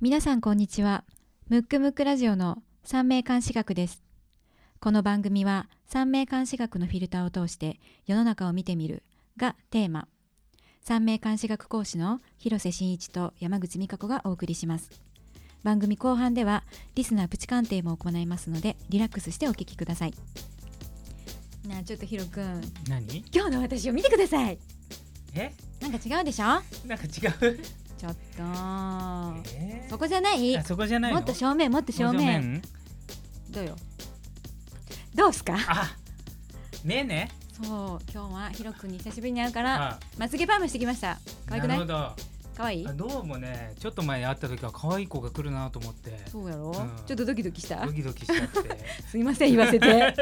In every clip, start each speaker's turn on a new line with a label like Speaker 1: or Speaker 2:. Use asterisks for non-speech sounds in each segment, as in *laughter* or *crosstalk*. Speaker 1: 皆さんこんにちはムックムックラジオの三名監視学ですこの番組は三名監視学のフィルターを通して世の中を見てみるがテーマ三名監視学講師の広瀬真一と山口美香子がお送りします番組後半ではリスナープチ鑑定も行いますのでリラックスしてお聞きくださいなあちょっとヒロくん
Speaker 2: 何
Speaker 1: 今日の私を見てください
Speaker 2: え
Speaker 1: なんか違うでしょ
Speaker 2: なんか違う
Speaker 1: ちょっと
Speaker 2: えー
Speaker 1: そこじゃない
Speaker 2: あそこじゃないの
Speaker 1: もっと正面もっと正面どうよどうすか
Speaker 2: あねえね
Speaker 1: そう今日はヒロ君に久しぶりに会うから
Speaker 2: あ
Speaker 1: まつげパームしてきました可愛く
Speaker 2: な
Speaker 1: な
Speaker 2: る
Speaker 1: い
Speaker 2: ほどあ
Speaker 1: 可愛い
Speaker 2: どうもねちょっと前会った時は可愛い子が来るなと思って
Speaker 1: そうやろ、
Speaker 2: ん
Speaker 1: ちょっとドキドキした
Speaker 2: ドキドキしちゃって
Speaker 1: *laughs* すいません言わせ
Speaker 2: *laughs*
Speaker 1: て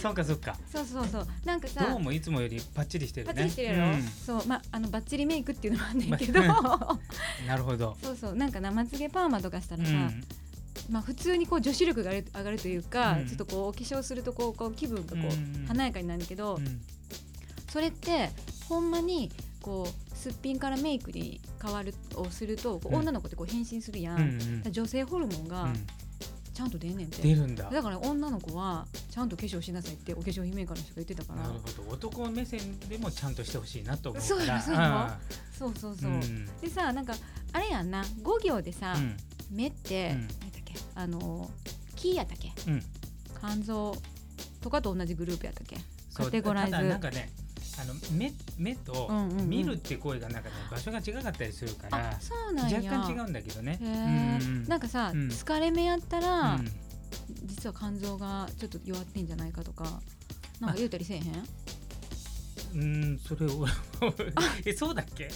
Speaker 2: そっかそっか
Speaker 1: そうそうそうなんか
Speaker 2: ど
Speaker 1: さ
Speaker 2: うもいつもよりパッチリしてる
Speaker 1: パ
Speaker 2: ね
Speaker 1: ッチリしてるやろ、
Speaker 2: うん
Speaker 1: そうまあのバッチリメイクっていうのもあんねんけど
Speaker 2: *laughs* なるほど
Speaker 1: *laughs* そうそうなんかなまつげパーマとかした
Speaker 2: う
Speaker 1: らさ、
Speaker 2: ん
Speaker 1: まあ普通にこう女子力が上がる上がるというか、
Speaker 2: うん
Speaker 1: ちょっとこうお化粧するとこうこう気分がこ
Speaker 2: うん
Speaker 1: う華やかになるけど、
Speaker 2: うん
Speaker 1: それってほんまにこうすっぴんからメイクに変わるをするとこう
Speaker 2: うん
Speaker 1: 女の子ってこう変身するやん、
Speaker 2: うん
Speaker 1: だ
Speaker 2: う
Speaker 1: か
Speaker 2: ん
Speaker 1: ら女性ホルモン
Speaker 2: う
Speaker 1: が
Speaker 2: ん
Speaker 1: ちゃんと出んねんて、
Speaker 2: 出るんだな
Speaker 1: だ
Speaker 2: る
Speaker 1: から女の子はちゃんと化粧しなさいってお化粧品メーカーの人が言ってたから
Speaker 2: ほど男目線でもちゃんとしてほしいなと思うから
Speaker 1: そうやろそうやそうそうそう、
Speaker 2: うん
Speaker 1: でさなんかあれやんな5行でさ、
Speaker 2: うん
Speaker 1: 目って、
Speaker 2: うん
Speaker 1: 何だっけあのキーやったっけ
Speaker 2: うん
Speaker 1: 肝臓とかと同じグループやったっけ
Speaker 2: そう
Speaker 1: カテゴライズ
Speaker 2: ただなんかねあの目目と
Speaker 1: うんうんうん
Speaker 2: 見るって行為がなんかね場所が違かったりするから、
Speaker 1: あそうなんや
Speaker 2: 若干違うんだけど
Speaker 1: へ
Speaker 2: ね。
Speaker 1: え、
Speaker 2: うんうん
Speaker 1: なんかさ、
Speaker 2: うん
Speaker 1: 疲れ目やったら、
Speaker 2: うん
Speaker 1: 実は肝臓がちょっと弱ってんじゃないかとかなんか言うたりせえへん
Speaker 2: うんそれを *laughs* えそうだっけ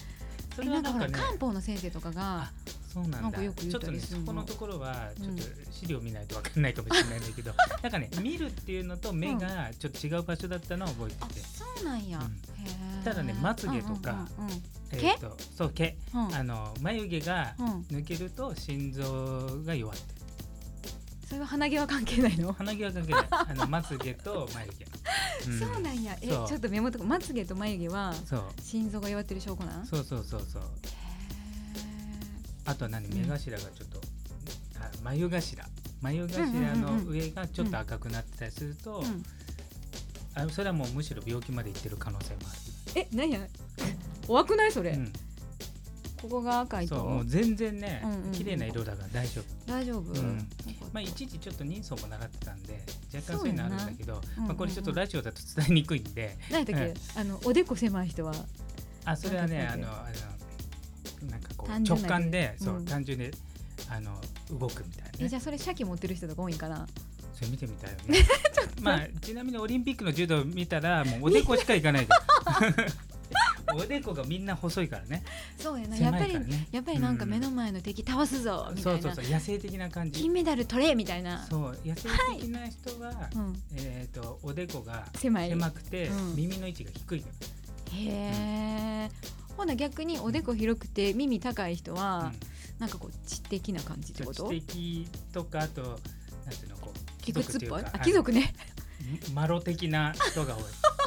Speaker 2: そ
Speaker 1: え
Speaker 2: れ
Speaker 1: な
Speaker 2: は
Speaker 1: んか
Speaker 2: な
Speaker 1: ほ
Speaker 2: んからね
Speaker 1: 漢方の先生とかが
Speaker 2: あそうな
Speaker 1: なんん
Speaker 2: だ
Speaker 1: かよく言
Speaker 2: ちょ
Speaker 1: っ
Speaker 2: ったと
Speaker 1: り
Speaker 2: ね
Speaker 1: す
Speaker 2: そ
Speaker 1: るの
Speaker 2: このところはちょっと
Speaker 1: う
Speaker 2: 資料見ないとわかんないかもしれないんだけどなんかね見るっていうのと目がちょっと違う場所だったのを覚え
Speaker 1: あ
Speaker 2: てて、
Speaker 1: そうなんや、
Speaker 2: うん
Speaker 1: へえ
Speaker 2: ただねまつげとか
Speaker 1: うんうん
Speaker 2: えーとそう毛
Speaker 1: うんうん
Speaker 2: あの眉毛が
Speaker 1: うんうん
Speaker 2: 抜けると心臓が弱ってる
Speaker 1: それは鼻毛は関係ないの、
Speaker 2: 鼻毛
Speaker 1: *laughs*
Speaker 2: は関係ないあのまつげと眉毛、うん
Speaker 1: そうなんやえち
Speaker 2: そう
Speaker 1: ょっと目元まつげと眉毛は
Speaker 2: そう
Speaker 1: 心臓が弱ってる証拠なんへ
Speaker 2: そうそうそうそうあとは何
Speaker 1: ん
Speaker 2: 目頭がちょっと、あ眉頭眉頭
Speaker 1: うんうんうん
Speaker 2: の
Speaker 1: うん
Speaker 2: 上がちょっと赤くなってたりすると、
Speaker 1: え、うん、
Speaker 2: あそれはもうむしろ病気までいってる可能性も
Speaker 1: えなんや *laughs* 怖くないそ
Speaker 2: あ
Speaker 1: れ、
Speaker 2: る、
Speaker 1: ここが赤
Speaker 2: うん、
Speaker 1: い
Speaker 2: そうも
Speaker 1: と
Speaker 2: う全然ね
Speaker 1: うんうんうん
Speaker 2: 綺麗な色だから大丈夫、
Speaker 1: 大丈夫、
Speaker 2: うん
Speaker 1: なんか
Speaker 2: まあ、一時ちょっと人相も習ってたんで若干
Speaker 1: そ
Speaker 2: そうう
Speaker 1: や
Speaker 2: いう
Speaker 1: な
Speaker 2: のあるんだけど、
Speaker 1: うん
Speaker 2: まあ、これちょっとラジオだと伝えにくいんで、
Speaker 1: 何だっけ、
Speaker 2: うん
Speaker 1: あのおでこ狭い人は
Speaker 2: あそれはね
Speaker 1: な
Speaker 2: あ
Speaker 1: んか
Speaker 2: のあのなんかこう
Speaker 1: 単純
Speaker 2: 直
Speaker 1: な
Speaker 2: 感で、
Speaker 1: うん
Speaker 2: そう単純であの動くみたいな、
Speaker 1: え
Speaker 2: ね
Speaker 1: じゃあそれシャキ持ってる人とか多いんかな
Speaker 2: それ見てみたいよ
Speaker 1: *laughs*
Speaker 2: ね *laughs* まあちなみにオリンピックの柔道見たらもうおでこしかいかないから *laughs* おでこがみんな細いからね
Speaker 1: そうやな
Speaker 2: 狭
Speaker 1: や
Speaker 2: い
Speaker 1: っ
Speaker 2: から
Speaker 1: ぱ
Speaker 2: ね
Speaker 1: りやっぱりなんか目の前の敵倒すぞみた
Speaker 2: そう
Speaker 1: い
Speaker 2: そう
Speaker 1: な
Speaker 2: そう野生的な感じ
Speaker 1: 金メダル取れみたいな
Speaker 2: そう野生的な人は、
Speaker 1: うん
Speaker 2: えっ、とおでこが
Speaker 1: 狭い
Speaker 2: 狭くて、
Speaker 1: うん
Speaker 2: 耳の位置が低いの、
Speaker 1: へえほな逆におでこ広くて耳高い人は
Speaker 2: うん
Speaker 1: なんかこう知的な感じって
Speaker 2: ちょ
Speaker 1: こ
Speaker 2: っと
Speaker 1: と
Speaker 2: 知的とかあとなんていうのこう
Speaker 1: 理屈っぽい
Speaker 2: 貴族てう
Speaker 1: あ
Speaker 2: か
Speaker 1: 貴族ね
Speaker 2: マロ的な人が多い。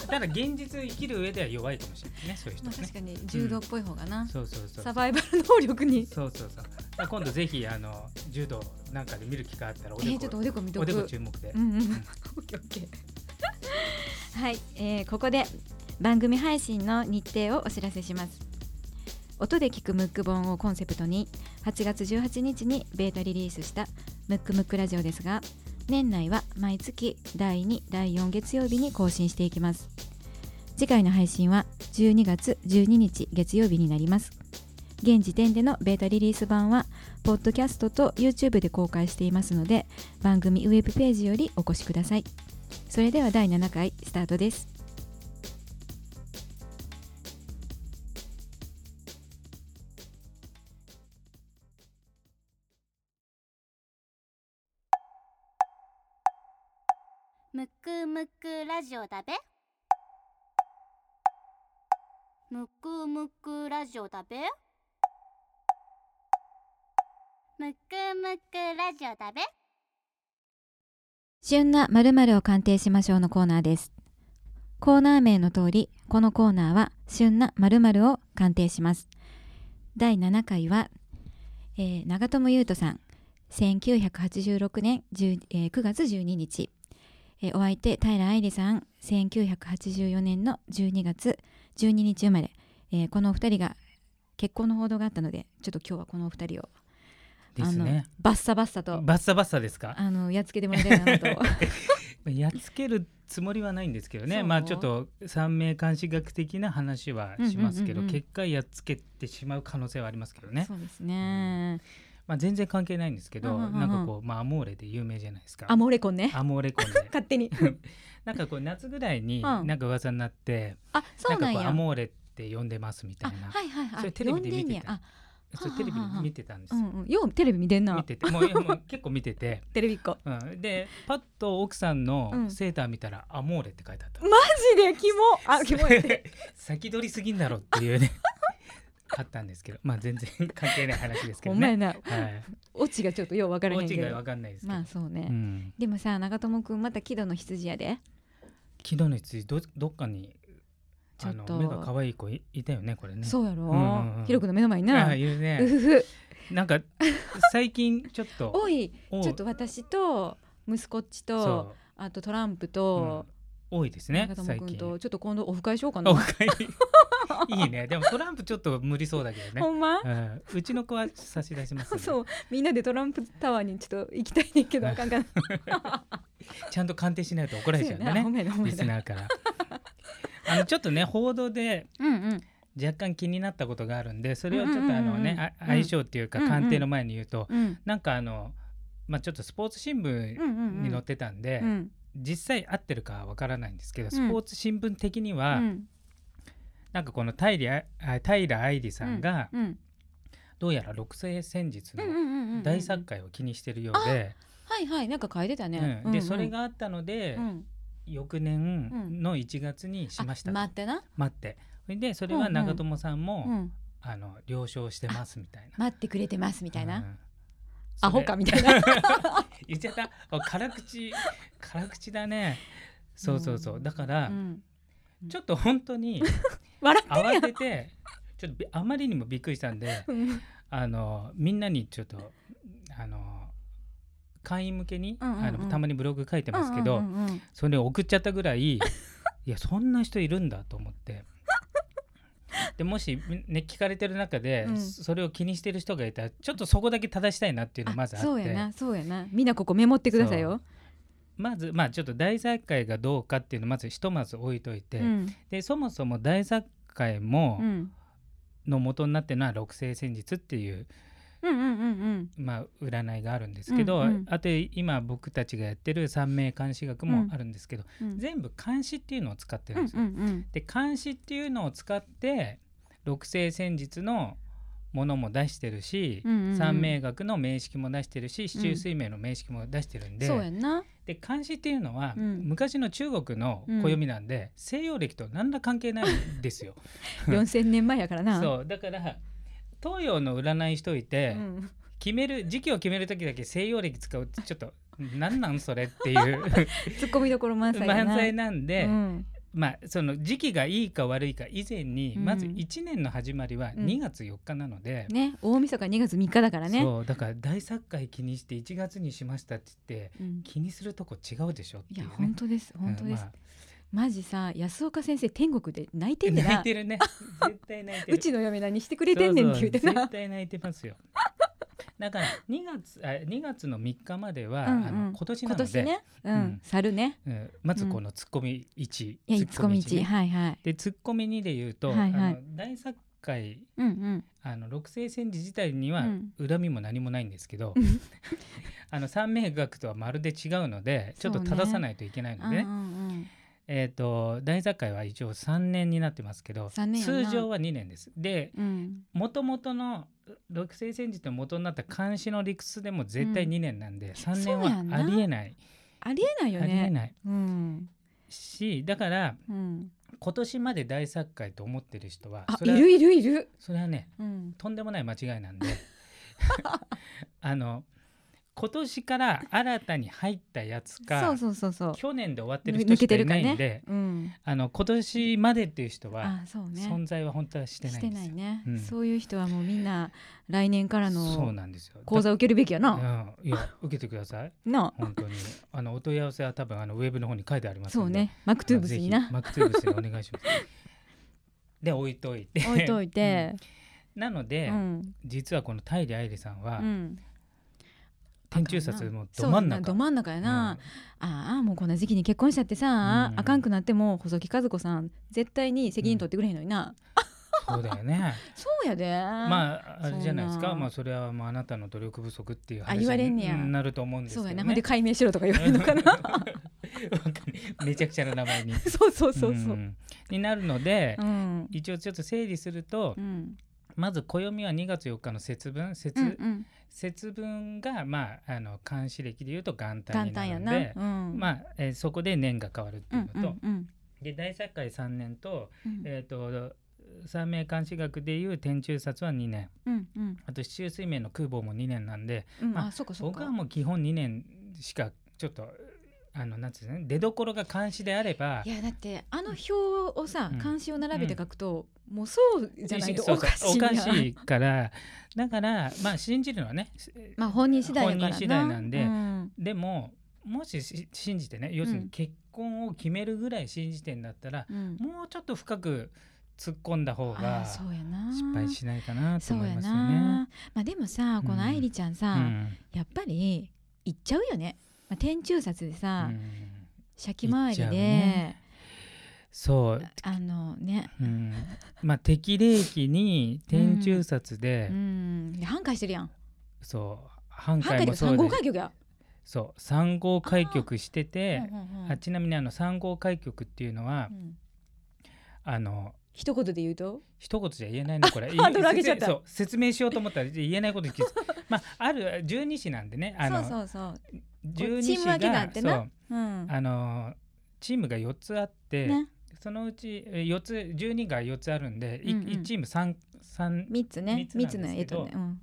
Speaker 2: ただ現実生きる上では弱いかもしれないね、そういう人
Speaker 1: まあ
Speaker 2: はね
Speaker 1: 確。かに柔道っぽい方がな
Speaker 2: そうそうそう。そ
Speaker 1: サ
Speaker 2: う
Speaker 1: バイバル能力に
Speaker 2: そうそう。だから今度ぜひあの柔道なんかで見る機会あったらお
Speaker 1: え
Speaker 2: でこ、
Speaker 1: ーちょっとおでこ見と
Speaker 2: おでこ
Speaker 1: く
Speaker 2: 注目で
Speaker 1: う。んうん。 *laughs* オッケーオッケー。はい、えーこ *laughs* こで番組配信の日程をお知らせします。音で聞くムック本をコンセプトに8月18日にベータリリースしたムックムックラジオですが年内は毎月第2第4月曜日に更新していきます次回の配信は12月12日月曜日になります現時点でのベータリリース版はポッドキャストと YouTube で公開していますので番組ウェブページよりお越しくださいそれでは第7回スタートです
Speaker 3: むくむくラジオだべむくむくラジオだべむくむくラジオだべ
Speaker 1: 旬な〇〇を鑑定しましょうのコーナーですコーナー名の通りこのコーナーは旬な〇〇を鑑定します第7回はえー長友佑都さん1986年10、えー9月12日、えーお相手平愛理さん1984年の12月12日生まれ、えーこのお二人が結婚の報道があったのでちょっと今日はこのお二人を、
Speaker 2: ですね。
Speaker 1: バッサバッサと
Speaker 2: バッサバッサですか。
Speaker 1: あのやっつけてもらいたいなと
Speaker 2: やっつけるつもりはないんですけど
Speaker 1: そ
Speaker 2: ね。
Speaker 1: う
Speaker 2: まあちょっと三名監視学的な話はしますけど、
Speaker 1: うんうんうんうん
Speaker 2: 結果やっつけてしまう可能性はありますけどね。
Speaker 1: そうですね、
Speaker 2: まあ全然関係ないんですけど、
Speaker 1: うんうんうんうん
Speaker 2: なんかこうまあアモーレで有名じゃないですか。
Speaker 1: あモレコンね
Speaker 2: アモーレコンで。
Speaker 1: 勝手に
Speaker 2: なんかこう夏ぐらいに
Speaker 1: うん
Speaker 2: なんか噂になって、
Speaker 1: *laughs* あそうな
Speaker 2: なん
Speaker 1: ん
Speaker 2: かこう
Speaker 1: や
Speaker 2: アモーレって呼んでますみた
Speaker 1: あ
Speaker 2: いな。
Speaker 1: はいはいはい
Speaker 2: それテレビで見てた
Speaker 1: 呼んんやあ
Speaker 2: そうテレビ見てたんです
Speaker 1: う
Speaker 2: よ。
Speaker 1: んうんようテレビ見てん
Speaker 2: 見
Speaker 1: な
Speaker 2: ててもういやもう結構見てて、
Speaker 1: テレ *laughs* ビっ子
Speaker 2: うん、でパッと奥さん
Speaker 1: う
Speaker 2: の
Speaker 1: ん
Speaker 2: セーター見たら「アモーレ」って書いてあった。
Speaker 1: マジでキモ *laughs* あキモいって
Speaker 2: *laughs* 先取りすぎんだろっていうねあったんですけどまあ全然 *laughs* 関係ない話です
Speaker 1: *laughs*
Speaker 2: け
Speaker 1: お
Speaker 2: ど
Speaker 1: 前
Speaker 2: ね。
Speaker 1: な
Speaker 2: はい、
Speaker 1: オチがちょっとよう分から
Speaker 2: オ
Speaker 1: へんけ
Speaker 2: チがわ
Speaker 1: ど
Speaker 2: かんないですけど、
Speaker 1: まあそうね、
Speaker 2: うん、
Speaker 1: でもさ長友くんまた喜怒の羊やで
Speaker 2: 昨日の羊どどっかに
Speaker 1: ちょ
Speaker 2: あ
Speaker 1: っ
Speaker 2: の
Speaker 1: と
Speaker 2: 目が可愛い子いいたよねこれね。
Speaker 1: そうやろ、
Speaker 2: うんうんうん
Speaker 1: ヒロ君の目の前に
Speaker 2: あ
Speaker 1: な
Speaker 2: あいる
Speaker 1: う
Speaker 2: ね
Speaker 1: ふふ
Speaker 2: な
Speaker 1: *laughs*
Speaker 2: んか最近ちょっと
Speaker 1: おい
Speaker 2: お
Speaker 1: ちょっと私と息子っちと
Speaker 2: そ
Speaker 1: あとトランプ
Speaker 2: う、う
Speaker 1: と
Speaker 2: ん、多いですね
Speaker 1: 長友
Speaker 2: 最
Speaker 1: くん
Speaker 2: 近。
Speaker 1: とちょっと今度オフ会しようかな
Speaker 2: おかえりいい
Speaker 1: *laughs*
Speaker 2: ねでもトランプちょっと無理そうだけどね
Speaker 1: ほ。んま
Speaker 2: うんうちの子は差し出します、ね、
Speaker 1: そうみんなでトランプタワーにちょっと行きたいねんけどあかんか
Speaker 2: *laughs*
Speaker 1: な
Speaker 2: ちゃんと鑑定しないと怒られちゃうん
Speaker 1: *laughs*
Speaker 2: だね
Speaker 1: ほん。まやなほんま
Speaker 2: リ
Speaker 1: や
Speaker 2: ス
Speaker 1: な
Speaker 2: ナーから。あのちょっとね報道で
Speaker 3: うんうん
Speaker 2: 若干気になったことがあるんでそれをちょっとあの
Speaker 1: うんうんうんうん
Speaker 2: ねあ相性っていうか
Speaker 1: うんうん
Speaker 2: 鑑定の前に言うと
Speaker 1: うん
Speaker 2: なんかあのまあちょっとスポーツ新聞
Speaker 1: うんうんうん
Speaker 2: に載ってたんで
Speaker 1: うん
Speaker 2: 実際合ってるかはわからないんですけど
Speaker 1: うん
Speaker 2: スポーツ新聞的に
Speaker 1: う
Speaker 2: は
Speaker 1: ん
Speaker 2: なんかこの平あ平愛理さんが
Speaker 1: うん
Speaker 2: どうやら六星戦術
Speaker 1: うんうん
Speaker 2: の
Speaker 1: うんうん
Speaker 2: 大作界を気にしてるようで
Speaker 1: はいはいなんか書いてたね、
Speaker 2: うん
Speaker 1: うんう
Speaker 2: で
Speaker 1: ん
Speaker 2: それがあったので
Speaker 1: うん
Speaker 2: 翌年の1月にしました
Speaker 1: あ
Speaker 2: と
Speaker 1: 待ってな、
Speaker 2: 待ってそれでそれ
Speaker 1: うん
Speaker 2: は
Speaker 1: うん
Speaker 2: 長友さんも
Speaker 1: うん、
Speaker 2: あの了承してますみたいな。
Speaker 1: 待ってくれてますみたいうな、
Speaker 2: ん
Speaker 1: アホかみたいな
Speaker 2: *laughs* 言っちゃったお辛口辛口だねそうそうそう、
Speaker 1: うん
Speaker 2: だから、
Speaker 1: うん
Speaker 2: ちょっと本当に
Speaker 1: 笑ってるや
Speaker 2: 慌
Speaker 1: ん
Speaker 2: ててちょっとびあまりにもびっくりしたんで
Speaker 1: うん
Speaker 2: あのみんなにちょっとあの会員向けに、
Speaker 1: うんうんうん
Speaker 2: あのたまにブログ書いてますけど、
Speaker 1: うんうんうん
Speaker 2: それを送っちゃったぐらいいやそんな人いるんだと思って。でもし、ね、聞かれてる中で、
Speaker 1: うん
Speaker 2: それを気にしてる人がいたらちょっとそこだけ正したいなっていうのがまずあって
Speaker 1: そうやなそうやなみんなここメモってくださいよ、
Speaker 2: まずまあちょっと大作会がどうかっていうのをまずひとまず置いといて、
Speaker 1: うん
Speaker 2: でそもそも大作会も
Speaker 1: うん、
Speaker 2: の元になってるのは六星戦術っていう、
Speaker 1: うんうんうんうん
Speaker 2: まあ、占いがあるんですけど、
Speaker 1: うんうん
Speaker 2: あと今僕たちがやってる三名監視学もあるんですけど、
Speaker 1: うん
Speaker 2: 全部監視っていうのを使ってる
Speaker 1: うんん
Speaker 2: ですよ。
Speaker 1: うん
Speaker 2: で監視っていうのを使って六星戦術のものも出してるし、
Speaker 1: うんうんうん
Speaker 2: 三名学の名式も出してるし四柱推命の名式も出してる
Speaker 1: う
Speaker 2: ん
Speaker 1: ん
Speaker 2: で、
Speaker 1: そうやな
Speaker 2: で漢詩っていうのは、
Speaker 1: うん
Speaker 2: 昔の中国の暦なんで、西洋歴と何ら関係ないんですよ。
Speaker 1: 4000年前やから *laughs* な
Speaker 2: そうだから東洋の占いしといて、
Speaker 1: うん
Speaker 2: 決める時期を決める時だけ西洋歴使うってちょっと何なんそれっていう
Speaker 1: *laughs* ツッコミどころ満載やな
Speaker 2: 満載なんで、
Speaker 1: うん
Speaker 2: まあその時期がいいか悪いか以前に、
Speaker 1: うん
Speaker 2: まず1年の始まりは
Speaker 1: うん
Speaker 2: 2月4日なので。
Speaker 1: ね大晦日2月3日だからね
Speaker 2: そうだから大作会気にして1月にしましたって言って
Speaker 1: うん
Speaker 2: 気にするとこ違うでしょって
Speaker 1: い
Speaker 2: いう、
Speaker 1: や
Speaker 2: ね、
Speaker 1: 本当です本当です、
Speaker 2: うんまあ
Speaker 1: マジさ安岡先生天国で泣いてんだ
Speaker 2: 泣
Speaker 1: ない *laughs*
Speaker 2: てるね絶対泣いてる
Speaker 1: うちの嫁何してくれてんねんって言うて
Speaker 2: そうそう
Speaker 1: な
Speaker 2: 絶対泣いてますよだから2月あ2月の3日までは、
Speaker 1: うんうん
Speaker 2: あの今年な
Speaker 1: 今
Speaker 2: ので
Speaker 1: 年ねうん、
Speaker 2: うん
Speaker 1: 猿ね
Speaker 2: うん、まずこのツッコミ1、
Speaker 1: いやいつこみち
Speaker 2: ね
Speaker 1: はいはい
Speaker 2: でツッコミ2で言うと、
Speaker 1: はいはい
Speaker 2: あの大作会
Speaker 1: うんうん
Speaker 2: あの六星戦時自体には
Speaker 1: うん
Speaker 2: 恨みも何もないんですけど、
Speaker 1: ん
Speaker 2: *laughs* あの三名学とはまるで違うのでちょっと
Speaker 1: そうね
Speaker 2: 正さないといけないので、ねえー、と大作会は一応3年になってますけど
Speaker 1: 三年や
Speaker 2: 通
Speaker 1: な
Speaker 2: 常は2年です。で
Speaker 1: うんうんうん
Speaker 2: もともとの六星戦術の元になった監視の理屈でも絶対
Speaker 1: うん
Speaker 2: 2年なんで、3年
Speaker 1: そうやんな
Speaker 2: はありえない
Speaker 1: ありえないよ
Speaker 2: ありえ
Speaker 1: ね
Speaker 2: ない
Speaker 1: うん
Speaker 2: しだから
Speaker 1: うん
Speaker 2: 今年まで大作会と思ってる人は
Speaker 1: あ
Speaker 2: そ
Speaker 1: い
Speaker 2: れは
Speaker 1: るいるいる
Speaker 2: それはね
Speaker 1: うん *laughs*
Speaker 2: とんでもない間違いなんであの今年から新たに入ったやつか
Speaker 1: そうそうそうそう
Speaker 2: 去年で終わってる人
Speaker 1: 抜
Speaker 2: し
Speaker 1: け
Speaker 2: か
Speaker 1: て
Speaker 2: い
Speaker 1: るか
Speaker 2: ないんで、
Speaker 1: ねうん
Speaker 2: あの今年までっていう人は
Speaker 1: あそうね
Speaker 2: 存在は本当はしてな
Speaker 1: し
Speaker 2: い
Speaker 1: て
Speaker 2: んで
Speaker 1: な
Speaker 2: す
Speaker 1: い
Speaker 2: よ。
Speaker 1: ね、
Speaker 2: うん
Speaker 1: そういう人はもうみんな来年から
Speaker 2: そう
Speaker 1: の
Speaker 2: なんですよ。
Speaker 1: 講座を受けるべきや
Speaker 2: だ
Speaker 1: な、
Speaker 2: うん、いや受けてください。
Speaker 1: な
Speaker 2: 本当にあのお問い合わせは多分あのウェブの方に書いてあります
Speaker 1: そ
Speaker 2: の
Speaker 1: う
Speaker 2: で。
Speaker 1: ねマクトゥーブスに
Speaker 2: あぜひ
Speaker 1: な
Speaker 2: マクトゥーブスにお願いします。で置いといて。
Speaker 1: 置いといて、
Speaker 2: うん *laughs* なの
Speaker 1: う
Speaker 2: で、
Speaker 1: ん
Speaker 2: 実はこのタイで愛理さん
Speaker 1: う
Speaker 2: は、
Speaker 1: ん、
Speaker 2: 天中殺もうど真ん
Speaker 1: そう
Speaker 2: 中。
Speaker 1: ど真ん中やな、ああもうこんな時期に結婚しちゃってさ、
Speaker 2: うん
Speaker 1: あかんくなっても細木和子さん絶対に責任取ってくれへんのにな、
Speaker 2: うんそうだよね。
Speaker 1: *laughs* そうやであ
Speaker 2: まああれじゃないです
Speaker 1: そう
Speaker 2: か。
Speaker 1: なん
Speaker 2: まあそれはまああなたの努力不足っていう
Speaker 1: あ
Speaker 2: 話
Speaker 1: 言われんねや
Speaker 2: になると思うんですけ
Speaker 1: そう
Speaker 2: ど
Speaker 1: や
Speaker 2: ね。
Speaker 1: なほんで
Speaker 2: *laughs*
Speaker 1: 解明しろとか言われるのかな
Speaker 2: わかるめちゃくちゃな名前に。
Speaker 1: *laughs* そうそうそうそう
Speaker 2: う、んになるので、
Speaker 1: うん
Speaker 2: 一応ちょっと整理すると、
Speaker 1: うん
Speaker 2: まず暦は2月4日の節分節,、
Speaker 1: うんうん
Speaker 2: 節分がまああの漢詩暦でいうと元旦
Speaker 1: 簡
Speaker 2: にな
Speaker 1: 単
Speaker 2: る
Speaker 1: や
Speaker 2: の
Speaker 1: な、
Speaker 2: で、
Speaker 1: うん、
Speaker 2: まあ、えーそこで年が変わるって
Speaker 1: う
Speaker 2: いうんのと、
Speaker 1: うんうん
Speaker 2: で大作会3年と,、
Speaker 1: うん
Speaker 2: えー、と三名漢詩学でいう天中札は2年
Speaker 1: うんうん
Speaker 2: あと四柱水明の空母も2年なんで
Speaker 1: うん
Speaker 2: まあ
Speaker 1: あそうかそうか
Speaker 2: 僕はもう基本2年しかちょっとあのなんていうんですかね出どころが漢詩であれば
Speaker 1: いやだってあの表をさ
Speaker 2: うん
Speaker 1: 漢詩を並べて書くと、もうそうじゃないとおかしいやん
Speaker 2: おかしいからだからまあ信じるのはね
Speaker 1: *laughs* まあ本人次第やからな
Speaker 2: 本人次第なんで
Speaker 1: うん
Speaker 2: でももしし信じてね要する
Speaker 1: う
Speaker 2: に
Speaker 1: ん
Speaker 2: 結婚を決めるぐらい信じてんだったら、
Speaker 1: うん
Speaker 2: もうちょっと深く突っ込んだ方
Speaker 1: あー
Speaker 2: が失
Speaker 1: そうやな
Speaker 2: 敗しないかなと
Speaker 1: そう
Speaker 2: 思い
Speaker 1: や
Speaker 2: ますよね。
Speaker 1: なまあでもさこ
Speaker 2: うん
Speaker 1: の愛理ちゃんさ、
Speaker 2: うん
Speaker 1: やっぱり行っちゃうよね、まあ、天中殺でさ、
Speaker 2: うん
Speaker 1: 先回りで、
Speaker 2: 行っちゃうねそう、
Speaker 1: あのね
Speaker 2: うん、まあ適齢期に天中殺で、
Speaker 1: うんで反対してるやん
Speaker 2: そう半
Speaker 1: 反対
Speaker 2: 回
Speaker 1: で
Speaker 2: も
Speaker 1: 3
Speaker 2: そうで
Speaker 1: 号開局や、
Speaker 2: そう三号開局して
Speaker 1: う
Speaker 2: て
Speaker 1: んうんうん
Speaker 2: あちなみにあの3号開局っていうのは、
Speaker 1: うん
Speaker 2: あの
Speaker 1: 一言で言うと
Speaker 2: 一言じゃ言えないのこ
Speaker 1: *laughs*
Speaker 2: れ
Speaker 1: ハードル上げちゃった
Speaker 2: 説明そう説明しようと思ったら言えないことに気づく
Speaker 1: *laughs*
Speaker 2: まあある十二支なんでねあの
Speaker 1: そうそう
Speaker 2: 十二
Speaker 1: チーム分けがあってな
Speaker 2: そう
Speaker 1: そううん
Speaker 2: あのチームが四つあって、
Speaker 1: ね
Speaker 2: そのうちえ四つ十二が四つあるんで、い
Speaker 1: うんうん
Speaker 2: 一チーム三三
Speaker 1: 三つね
Speaker 2: 三
Speaker 1: 三
Speaker 2: つ
Speaker 1: つ
Speaker 2: な
Speaker 1: の
Speaker 2: ん
Speaker 1: 絵
Speaker 2: ですけど
Speaker 1: とね、うん、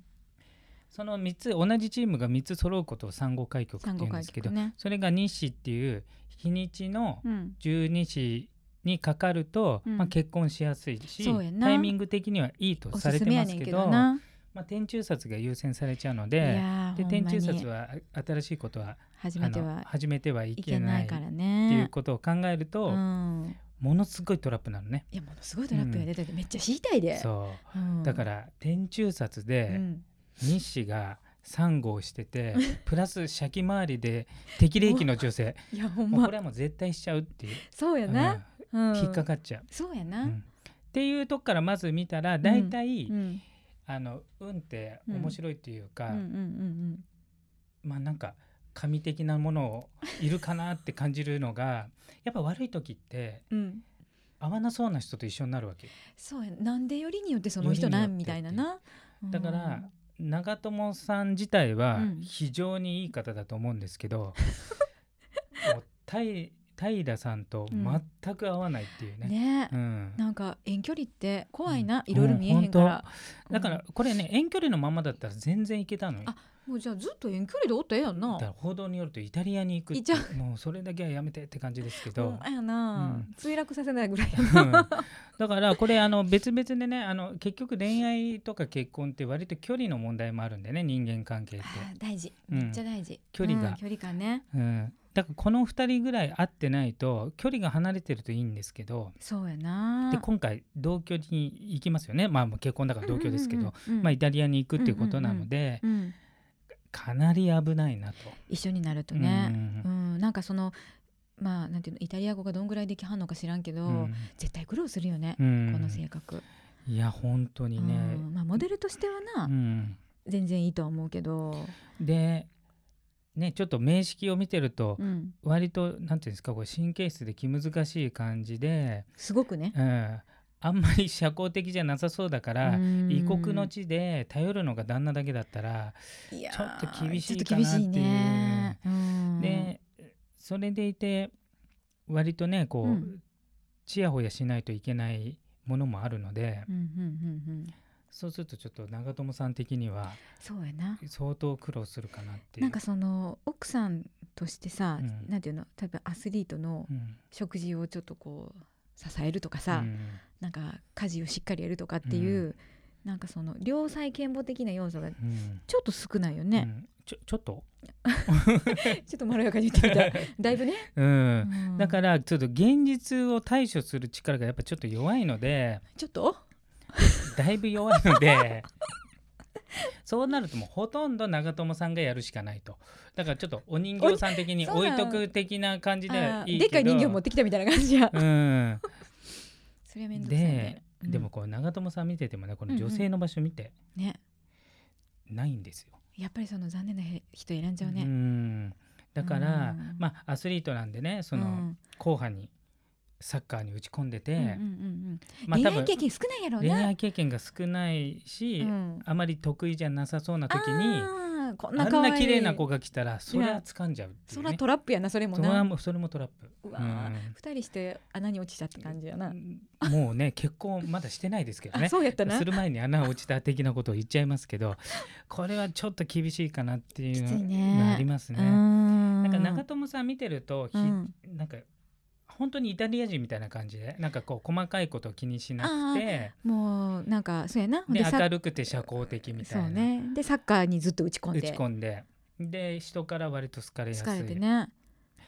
Speaker 2: その三つ同じチームが三つ揃うことを三号開局って
Speaker 1: 三号
Speaker 2: 言うん
Speaker 1: 開
Speaker 2: ですけど、
Speaker 1: 局ね
Speaker 2: それが日誌っていう日にちの
Speaker 1: うん
Speaker 2: 十二支にかかると、
Speaker 1: うん
Speaker 2: まあ、結婚しやすいし
Speaker 1: そうやな
Speaker 2: タイミング的にはいいと
Speaker 1: おす
Speaker 2: され
Speaker 1: す
Speaker 2: て
Speaker 1: め
Speaker 2: ま
Speaker 1: や
Speaker 2: す
Speaker 1: ねん
Speaker 2: け
Speaker 1: け
Speaker 2: ど
Speaker 1: どな
Speaker 2: まあ、天中殺が優先されちゃうの
Speaker 1: い
Speaker 2: で
Speaker 1: やー
Speaker 2: で
Speaker 1: ほん
Speaker 2: 天
Speaker 1: ま
Speaker 2: 中殺
Speaker 1: に
Speaker 2: はあ新しいことは
Speaker 1: 初めて
Speaker 2: あの
Speaker 1: は
Speaker 2: 始めてはい
Speaker 1: い
Speaker 2: け
Speaker 1: け
Speaker 2: な
Speaker 1: ないいから
Speaker 2: っていう
Speaker 1: ね
Speaker 2: ことを考えると、
Speaker 1: うん
Speaker 2: ものすごいトラップなのね。
Speaker 1: いやものすごいトラップが出てて、めっちゃ知りたいで、
Speaker 2: そううだから天中殺
Speaker 1: らう
Speaker 2: で
Speaker 1: ん、
Speaker 2: 日誌が3号して
Speaker 1: *laughs*
Speaker 2: て、プラスシャキ回りで適齢期の女性
Speaker 1: いやほん
Speaker 2: もう
Speaker 1: ま
Speaker 2: これはもう絶対しちゃうっていう、
Speaker 1: そうやな、うん
Speaker 2: うん引っかかっちゃう。
Speaker 1: そうや
Speaker 2: う
Speaker 1: な、
Speaker 2: んっていうとこからまず見たら大体、
Speaker 1: うん、
Speaker 2: あの運って面白いっていうか、
Speaker 1: うんうんうん
Speaker 2: まあなんか神的なものをいるかなって感じるのがやっぱ悪い時って
Speaker 1: うんうん
Speaker 2: 合わなそうな人と一緒になるわけ
Speaker 1: そうやなんでよりによってその人
Speaker 2: よりに
Speaker 1: な
Speaker 2: よって
Speaker 1: んみたいなな
Speaker 2: だから、長友さん自体は
Speaker 1: うん
Speaker 2: 非常にいい方だと思うんです
Speaker 1: *laughs*
Speaker 2: けど、もう平平さんと全く合わないっていう
Speaker 1: うん
Speaker 2: ね。
Speaker 1: ね
Speaker 2: うん
Speaker 1: なんか遠距離って怖いな、
Speaker 2: うん
Speaker 1: いろいろ見えへんから、
Speaker 2: だからこれね遠距離のままだったら全然いけたのよ。
Speaker 1: あうんもうじゃあずっと遠距離でおったらええやん
Speaker 2: だ
Speaker 1: な
Speaker 2: から報道によるとイタリアに行くって
Speaker 1: いちゃ
Speaker 2: もうそれだけはやめてって感じですけ
Speaker 1: ほ
Speaker 2: ど
Speaker 1: ん。まやな、
Speaker 2: うん
Speaker 1: 墜落させないぐらいや *laughs* な
Speaker 2: うんだからこれあの別々でねあの結局恋愛とか結婚って割と距離の問題もあるんでね人間関係って、
Speaker 1: あー大事
Speaker 2: うん
Speaker 1: めっちゃ大事、
Speaker 2: 距離が
Speaker 1: うん距離感ね
Speaker 2: うん、だからこの2人ぐらい会ってないと距離が離れてるといいんですけど
Speaker 1: そうやな
Speaker 2: で今回同居に行きますよねまあもう結婚だから同居ですけど、
Speaker 1: うんうんうんうん
Speaker 2: まあ、イタリアに行くっていうことなので、
Speaker 1: うん
Speaker 2: かなり危ないなと。
Speaker 1: 一緒になるとね、う
Speaker 2: うん
Speaker 1: なんかそのまあなんていうのイタリア語がどんぐらいできはんのか知らんけど、
Speaker 2: うん
Speaker 1: 絶対苦労するよね、
Speaker 2: うん
Speaker 1: この性格、
Speaker 2: いや本当にね、
Speaker 1: うんまあ、モデルとしてはな、
Speaker 2: うん
Speaker 1: 全然いいとは思うけど、
Speaker 2: でねちょっと名式を見てると
Speaker 1: うん、
Speaker 2: 割となんていうんですかこう神経質で気難しい感じで、
Speaker 1: すごくね
Speaker 2: うん、あんまり社交的じゃなさそうだから、
Speaker 1: うん
Speaker 2: 異国の地で頼るのが旦那だけだったら、
Speaker 1: いやー
Speaker 2: ちょっと厳しい
Speaker 1: ちょっ
Speaker 2: か
Speaker 1: と
Speaker 2: な
Speaker 1: 厳
Speaker 2: っ
Speaker 1: し
Speaker 2: てい
Speaker 1: い
Speaker 2: う
Speaker 1: ね、うん、
Speaker 2: でそれでいて割とねこう、
Speaker 1: うん
Speaker 2: ちやほやしないといけないものもあるので
Speaker 1: うんうんうんうん
Speaker 2: そうするとちょっと長友さん的には
Speaker 1: そうやな
Speaker 2: 相当苦労するかなっていう。
Speaker 1: なんかその奥さんとしてさ、
Speaker 2: うん
Speaker 1: なんていうの例えばアスリートの
Speaker 2: うん
Speaker 1: 食事をちょっとこう支えるとかさ、
Speaker 2: うん
Speaker 1: なんか家事をしっかりやるとかっていう、なんかその両妻健母的な要素が
Speaker 2: うん
Speaker 1: ちょっと少ないよ
Speaker 2: う
Speaker 1: ね、
Speaker 2: んちょちょっと、
Speaker 1: *laughs* ちょっとまろやかに言ってみ
Speaker 2: *laughs*
Speaker 1: ただいぶね、
Speaker 2: うん
Speaker 1: うん
Speaker 2: だからちょっと現実を対処する力がやっぱちょっと弱いので
Speaker 1: ちょっと
Speaker 2: だいぶ弱いので *laughs* そうなるともうほとんど長友さんがやるしかないとだからちょっとお人形さん的に
Speaker 1: お
Speaker 2: 置
Speaker 1: い
Speaker 2: いとく的な感じで
Speaker 1: あ
Speaker 2: は
Speaker 1: ー
Speaker 2: いい
Speaker 1: で
Speaker 2: け
Speaker 1: っかい
Speaker 2: ど
Speaker 1: 人形持ってきたみたいな感じや、
Speaker 2: うん
Speaker 1: それはめんどくさい
Speaker 2: で
Speaker 1: ね、、うん
Speaker 2: でもこう長友さん見ててもねこの女
Speaker 1: うんう
Speaker 2: 性の場所見て
Speaker 1: ね
Speaker 2: ないんですよ。
Speaker 1: やっぱりその残念なへ人選んじゃうね、
Speaker 2: うんだから、
Speaker 1: うん
Speaker 2: まあアスリートなんでねそ
Speaker 1: うんう
Speaker 2: の
Speaker 1: ん
Speaker 2: 後半にサッカーに打ち込んでて、
Speaker 1: うんうんうん
Speaker 2: まあ
Speaker 1: 恋
Speaker 2: 多
Speaker 1: 愛
Speaker 2: 分
Speaker 1: 経験少ないやろう
Speaker 2: 恋
Speaker 1: な
Speaker 2: 愛経験が少ないし、
Speaker 1: うん
Speaker 2: あまり得意じゃなさそうな時に
Speaker 1: あーこん
Speaker 2: あ
Speaker 1: なん可愛い
Speaker 2: な綺麗な子が来たらそりゃ掴んじゃうってい
Speaker 1: そう
Speaker 2: ね
Speaker 1: らトラップやなそれも
Speaker 2: それは
Speaker 1: な
Speaker 2: もうそれもトラップ
Speaker 1: うわー二人して穴に落ちたって感じやな、
Speaker 2: うんもうね結婚まだしてないですけど
Speaker 1: あ
Speaker 2: ね
Speaker 1: そうやったな
Speaker 2: する前に穴落ちた的なことを言っちゃいますけどこれはちょっと厳しいかなってい
Speaker 1: きついうね
Speaker 2: のがありますね。
Speaker 1: な
Speaker 2: なんか長友さん見てると、ひ
Speaker 1: うん
Speaker 2: なんか本当にイタリア人みたいな感じでなんかこう細かいことを気にしなくて
Speaker 1: もうなんかそうやなほん
Speaker 2: で
Speaker 1: で
Speaker 2: 明るくて社交的みた
Speaker 1: そう
Speaker 2: いな、
Speaker 1: ねでサッカーにずっと打ち込ん
Speaker 2: 打ち
Speaker 1: で
Speaker 2: 込んでで人から割と好かれやすい。
Speaker 1: 疲れてね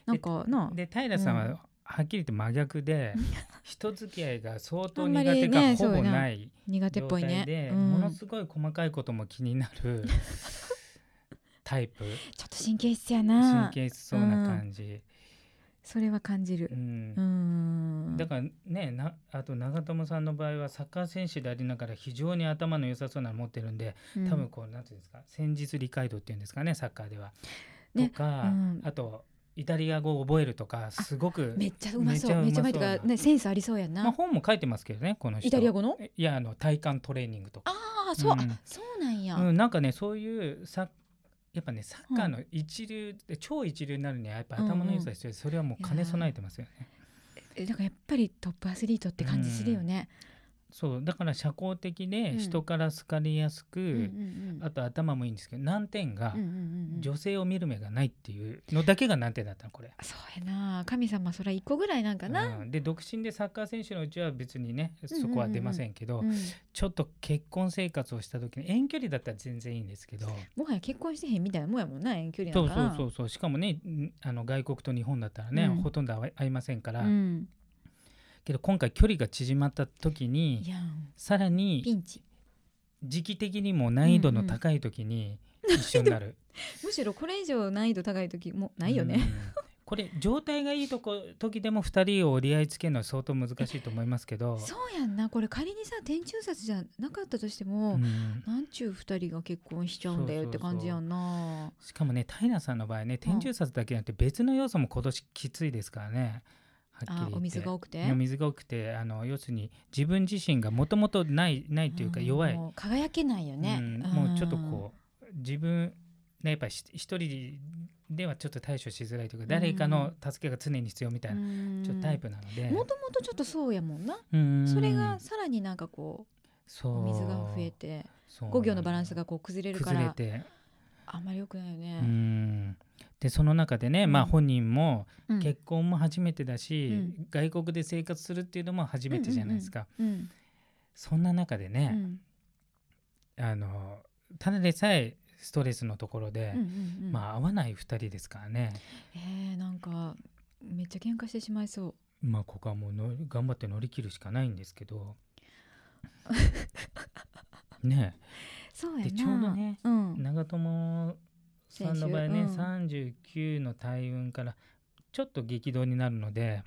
Speaker 1: なんかな
Speaker 2: で平さん
Speaker 1: うん
Speaker 2: ははっきり言って真
Speaker 1: *laughs*
Speaker 2: 逆で、人付き合いが相当
Speaker 1: あんま
Speaker 2: 苦
Speaker 1: り
Speaker 2: 手か、
Speaker 1: ね
Speaker 2: ほ
Speaker 1: そう
Speaker 2: ぼ
Speaker 1: やな
Speaker 2: ない
Speaker 1: 苦手っ
Speaker 2: 状
Speaker 1: ぽい
Speaker 2: 態
Speaker 1: ね
Speaker 2: で、
Speaker 1: うん
Speaker 2: ものすごい細かいことも気にな
Speaker 1: *laughs*
Speaker 2: るタイプ
Speaker 1: ちょっと神経質や
Speaker 2: 神
Speaker 1: な
Speaker 2: 経質そうな感じ、
Speaker 1: それは感じる
Speaker 2: うん
Speaker 1: うん
Speaker 2: だからねなあと長友さんの場合はサッカー選手でありながら非常に頭の良さそうなの持ってるんで
Speaker 1: うん
Speaker 2: 多分こうなんていうんですか戦術理解度っていうんですかねサッカーでは。
Speaker 1: ね
Speaker 2: とか、
Speaker 1: うん
Speaker 2: あとイタリア語を覚えるとかすごく
Speaker 1: めっちゃうまそうめ
Speaker 2: め
Speaker 1: っ
Speaker 2: っ
Speaker 1: ち
Speaker 2: ち
Speaker 1: ゃうま
Speaker 2: ゃうま
Speaker 1: い
Speaker 2: そう
Speaker 1: と
Speaker 2: な
Speaker 1: かねセンスありそうやんな、
Speaker 2: まあ、本も書いてますけどねこの人
Speaker 1: イタリア語の
Speaker 2: いやあの体幹トレーニングとか、
Speaker 1: ああそう、
Speaker 2: うん
Speaker 1: あそうなんや、
Speaker 2: うん、なんかねそういうさやっぱねサッカーの一流、で超一流になるにはやっぱ頭の良さが必要でそれはもう兼ね備えてますよね。
Speaker 1: えだからやっぱりトップアスリートって感じするよね、
Speaker 2: そうだから社交的
Speaker 1: うん
Speaker 2: で人から好かれやすく、
Speaker 1: うんうんうん
Speaker 2: あと頭もいいんですけど難点が
Speaker 1: うんうんうんうん
Speaker 2: 女性を見る目がないっていうのだけが難点だったのこれ。
Speaker 1: そうやな神様それ一個ぐらいなんかな、
Speaker 2: うんで独身でサッカー選手のうちは別にね
Speaker 1: んうんうん
Speaker 2: そこは出ませんけど、
Speaker 1: うん
Speaker 2: ちょっと結婚生活をした時に遠距離だったら全然いいんですけど。
Speaker 1: もはや結婚してへんみたいなもんやもんな遠距離な
Speaker 2: そうんそ
Speaker 1: か
Speaker 2: う
Speaker 1: な
Speaker 2: そうそうしかもねんあの外国と日本だったらね、
Speaker 1: うん
Speaker 2: ほとんど会い会いませんから、
Speaker 1: うん、
Speaker 2: けど今回距離が縮まった時
Speaker 1: い
Speaker 2: に
Speaker 1: やん
Speaker 2: さらに
Speaker 1: ピンチ
Speaker 2: 時期的にも難易度の高い時に一緒になる、
Speaker 1: むしろこれ以上難易度高い時もう *laughs* ないよね、
Speaker 2: うんこれ状態がいいとこ時でも2人を折り合いつけるのは相当難しいと思いますけど
Speaker 1: *laughs* そうやんなこれ仮にさ天中殺じゃなかったとしても、
Speaker 2: うん
Speaker 1: なんちゅう二人が結婚しちゃうんだよって感じやんな
Speaker 2: しかもね平さんの場合ね天中殺だけじゃなくて別の要素も今年きついですからねはっきり言
Speaker 1: あ
Speaker 2: って
Speaker 1: お水が多くて
Speaker 2: お水が多くてあの要するに自分自身がもともとないないというか弱い、
Speaker 1: んもう輝けないよね、
Speaker 2: うんもうちょっとこう自分ねやっぱし一人ではちょっと対処しづらいというか誰かの助けが常に必要みたいな、
Speaker 1: ん
Speaker 2: ちょっとタイプなので、
Speaker 1: もともとちょっとそうやもんな、
Speaker 2: うん
Speaker 1: それがさらになんかこ
Speaker 2: そうう
Speaker 1: お水が増えて
Speaker 2: そう
Speaker 1: 五行のバランスがこう崩れるか
Speaker 2: 崩れ
Speaker 1: ら
Speaker 2: て、
Speaker 1: あんまり良くないよ
Speaker 2: う
Speaker 1: ね、
Speaker 2: ん、でその中でね、
Speaker 1: うん
Speaker 2: まあ、本人も
Speaker 1: うん
Speaker 2: 結婚も初めてだし、
Speaker 1: うん
Speaker 2: 外国で生活するっていうのも初めてじゃないですか、
Speaker 1: うん
Speaker 2: そんな中で
Speaker 1: うんう
Speaker 2: ね、
Speaker 1: ん
Speaker 2: あのただでさえストレスのところで、
Speaker 1: うんうん
Speaker 2: まあ合わない2人ですからね。
Speaker 1: えー、なんかめっちゃ喧嘩してしまいそう
Speaker 2: まあここはもうの頑張って乗り切るしかないんです
Speaker 1: *laughs*
Speaker 2: けどね
Speaker 1: そうやな
Speaker 2: でちょうどね
Speaker 1: うん、
Speaker 2: 長友さんの場合ね、
Speaker 1: 先週
Speaker 2: 39の大運からちょっと激動になるので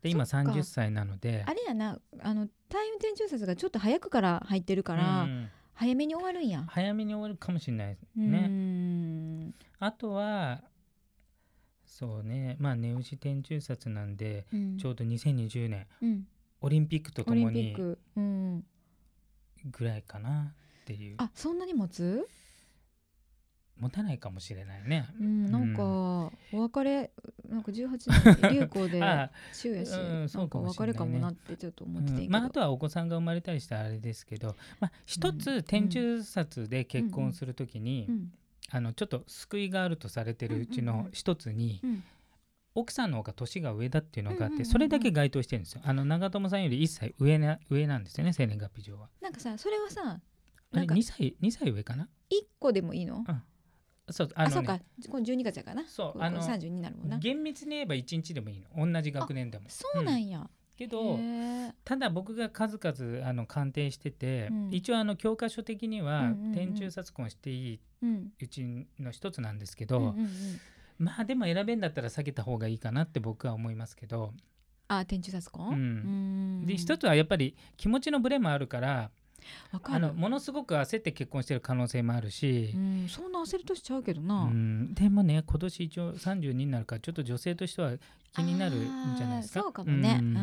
Speaker 2: で今
Speaker 1: そっか
Speaker 2: 30歳なので
Speaker 1: あれやなあの体運転中殺がちょっと早くから入ってるから、
Speaker 2: うん
Speaker 1: 早めに終わるんや
Speaker 2: 早めに終わるかもしれないです
Speaker 1: うー
Speaker 2: ね。
Speaker 1: ん
Speaker 2: あとはそうねまあ根牛天中殺なんで
Speaker 1: うん
Speaker 2: ちょうど2020年
Speaker 1: うん
Speaker 2: オリンピックとと
Speaker 1: オリ
Speaker 2: も
Speaker 1: ンピ
Speaker 2: に
Speaker 1: ック、うん、
Speaker 2: ぐらいかなっていう
Speaker 1: あそんなに持つ
Speaker 2: 持たないかもしれないね。
Speaker 1: うん、なんか、
Speaker 2: うん
Speaker 1: お別れなんか18年流行で
Speaker 2: *laughs* あ
Speaker 1: 週やし、
Speaker 2: うん
Speaker 1: な
Speaker 2: そ
Speaker 1: ん
Speaker 2: う
Speaker 1: か
Speaker 2: か
Speaker 1: お
Speaker 2: もし
Speaker 1: 別れ
Speaker 2: れないね
Speaker 1: かもなってちょっと思ってたんや
Speaker 2: う
Speaker 1: け
Speaker 2: ん
Speaker 1: ど、
Speaker 2: まあ、あとはお子さんが生まれたりしたらあれですけど、まあ、一
Speaker 1: う
Speaker 2: つ
Speaker 1: ん
Speaker 2: 天中殺で結婚するときに、
Speaker 1: うん
Speaker 2: あのちょっと救いがあるとされてるうち
Speaker 1: うんうん
Speaker 2: の
Speaker 1: うん
Speaker 2: 一つに、
Speaker 3: うん
Speaker 2: 奥さんの方が年が上だっていうのがあって、
Speaker 3: うんうんうんうん
Speaker 2: それだけ該当してるんですよあの長友さんより1歳上な上なんですよね生年月日上は
Speaker 1: なんかさそれはさ
Speaker 2: あ
Speaker 1: な
Speaker 2: れ
Speaker 1: んか
Speaker 2: 2歳二歳上かな
Speaker 1: 一個でもいいの
Speaker 2: そうあ
Speaker 1: あ
Speaker 2: の、ね、
Speaker 1: そうかこの12月やからな
Speaker 2: そう
Speaker 1: こ
Speaker 2: あの
Speaker 1: こ30になるもんな
Speaker 2: 厳密に言えば1日でもいいの同じ学年でも
Speaker 1: そうなんや、
Speaker 2: け
Speaker 1: へ
Speaker 2: ど
Speaker 1: え
Speaker 2: ただ僕が数々あの鑑定してて、
Speaker 1: うん
Speaker 2: 一応あの教科書的に
Speaker 1: うん
Speaker 2: は
Speaker 1: うんうん
Speaker 2: 天中殺婚していい
Speaker 1: うん
Speaker 2: うちの一つなんですけ
Speaker 1: う
Speaker 2: ど、
Speaker 1: んうんうん
Speaker 2: まあでも選べんだったら避けた方がいいかなって僕は思いますけど、
Speaker 1: あ天中殺
Speaker 2: う
Speaker 1: 婚、
Speaker 2: ん
Speaker 1: ん
Speaker 2: で一つはやっぱり気持ちのブレもあるから
Speaker 1: わか
Speaker 2: あ
Speaker 1: る
Speaker 2: のものすごく焦って結婚してる可能性もあるし
Speaker 1: う、ん、そんな焦るとしちゃうけど
Speaker 2: う
Speaker 1: な、
Speaker 2: ん、でもね今年一応32になるからちょっと女性としては気になるんじゃないですか。
Speaker 1: あーそうかもね。う
Speaker 2: うん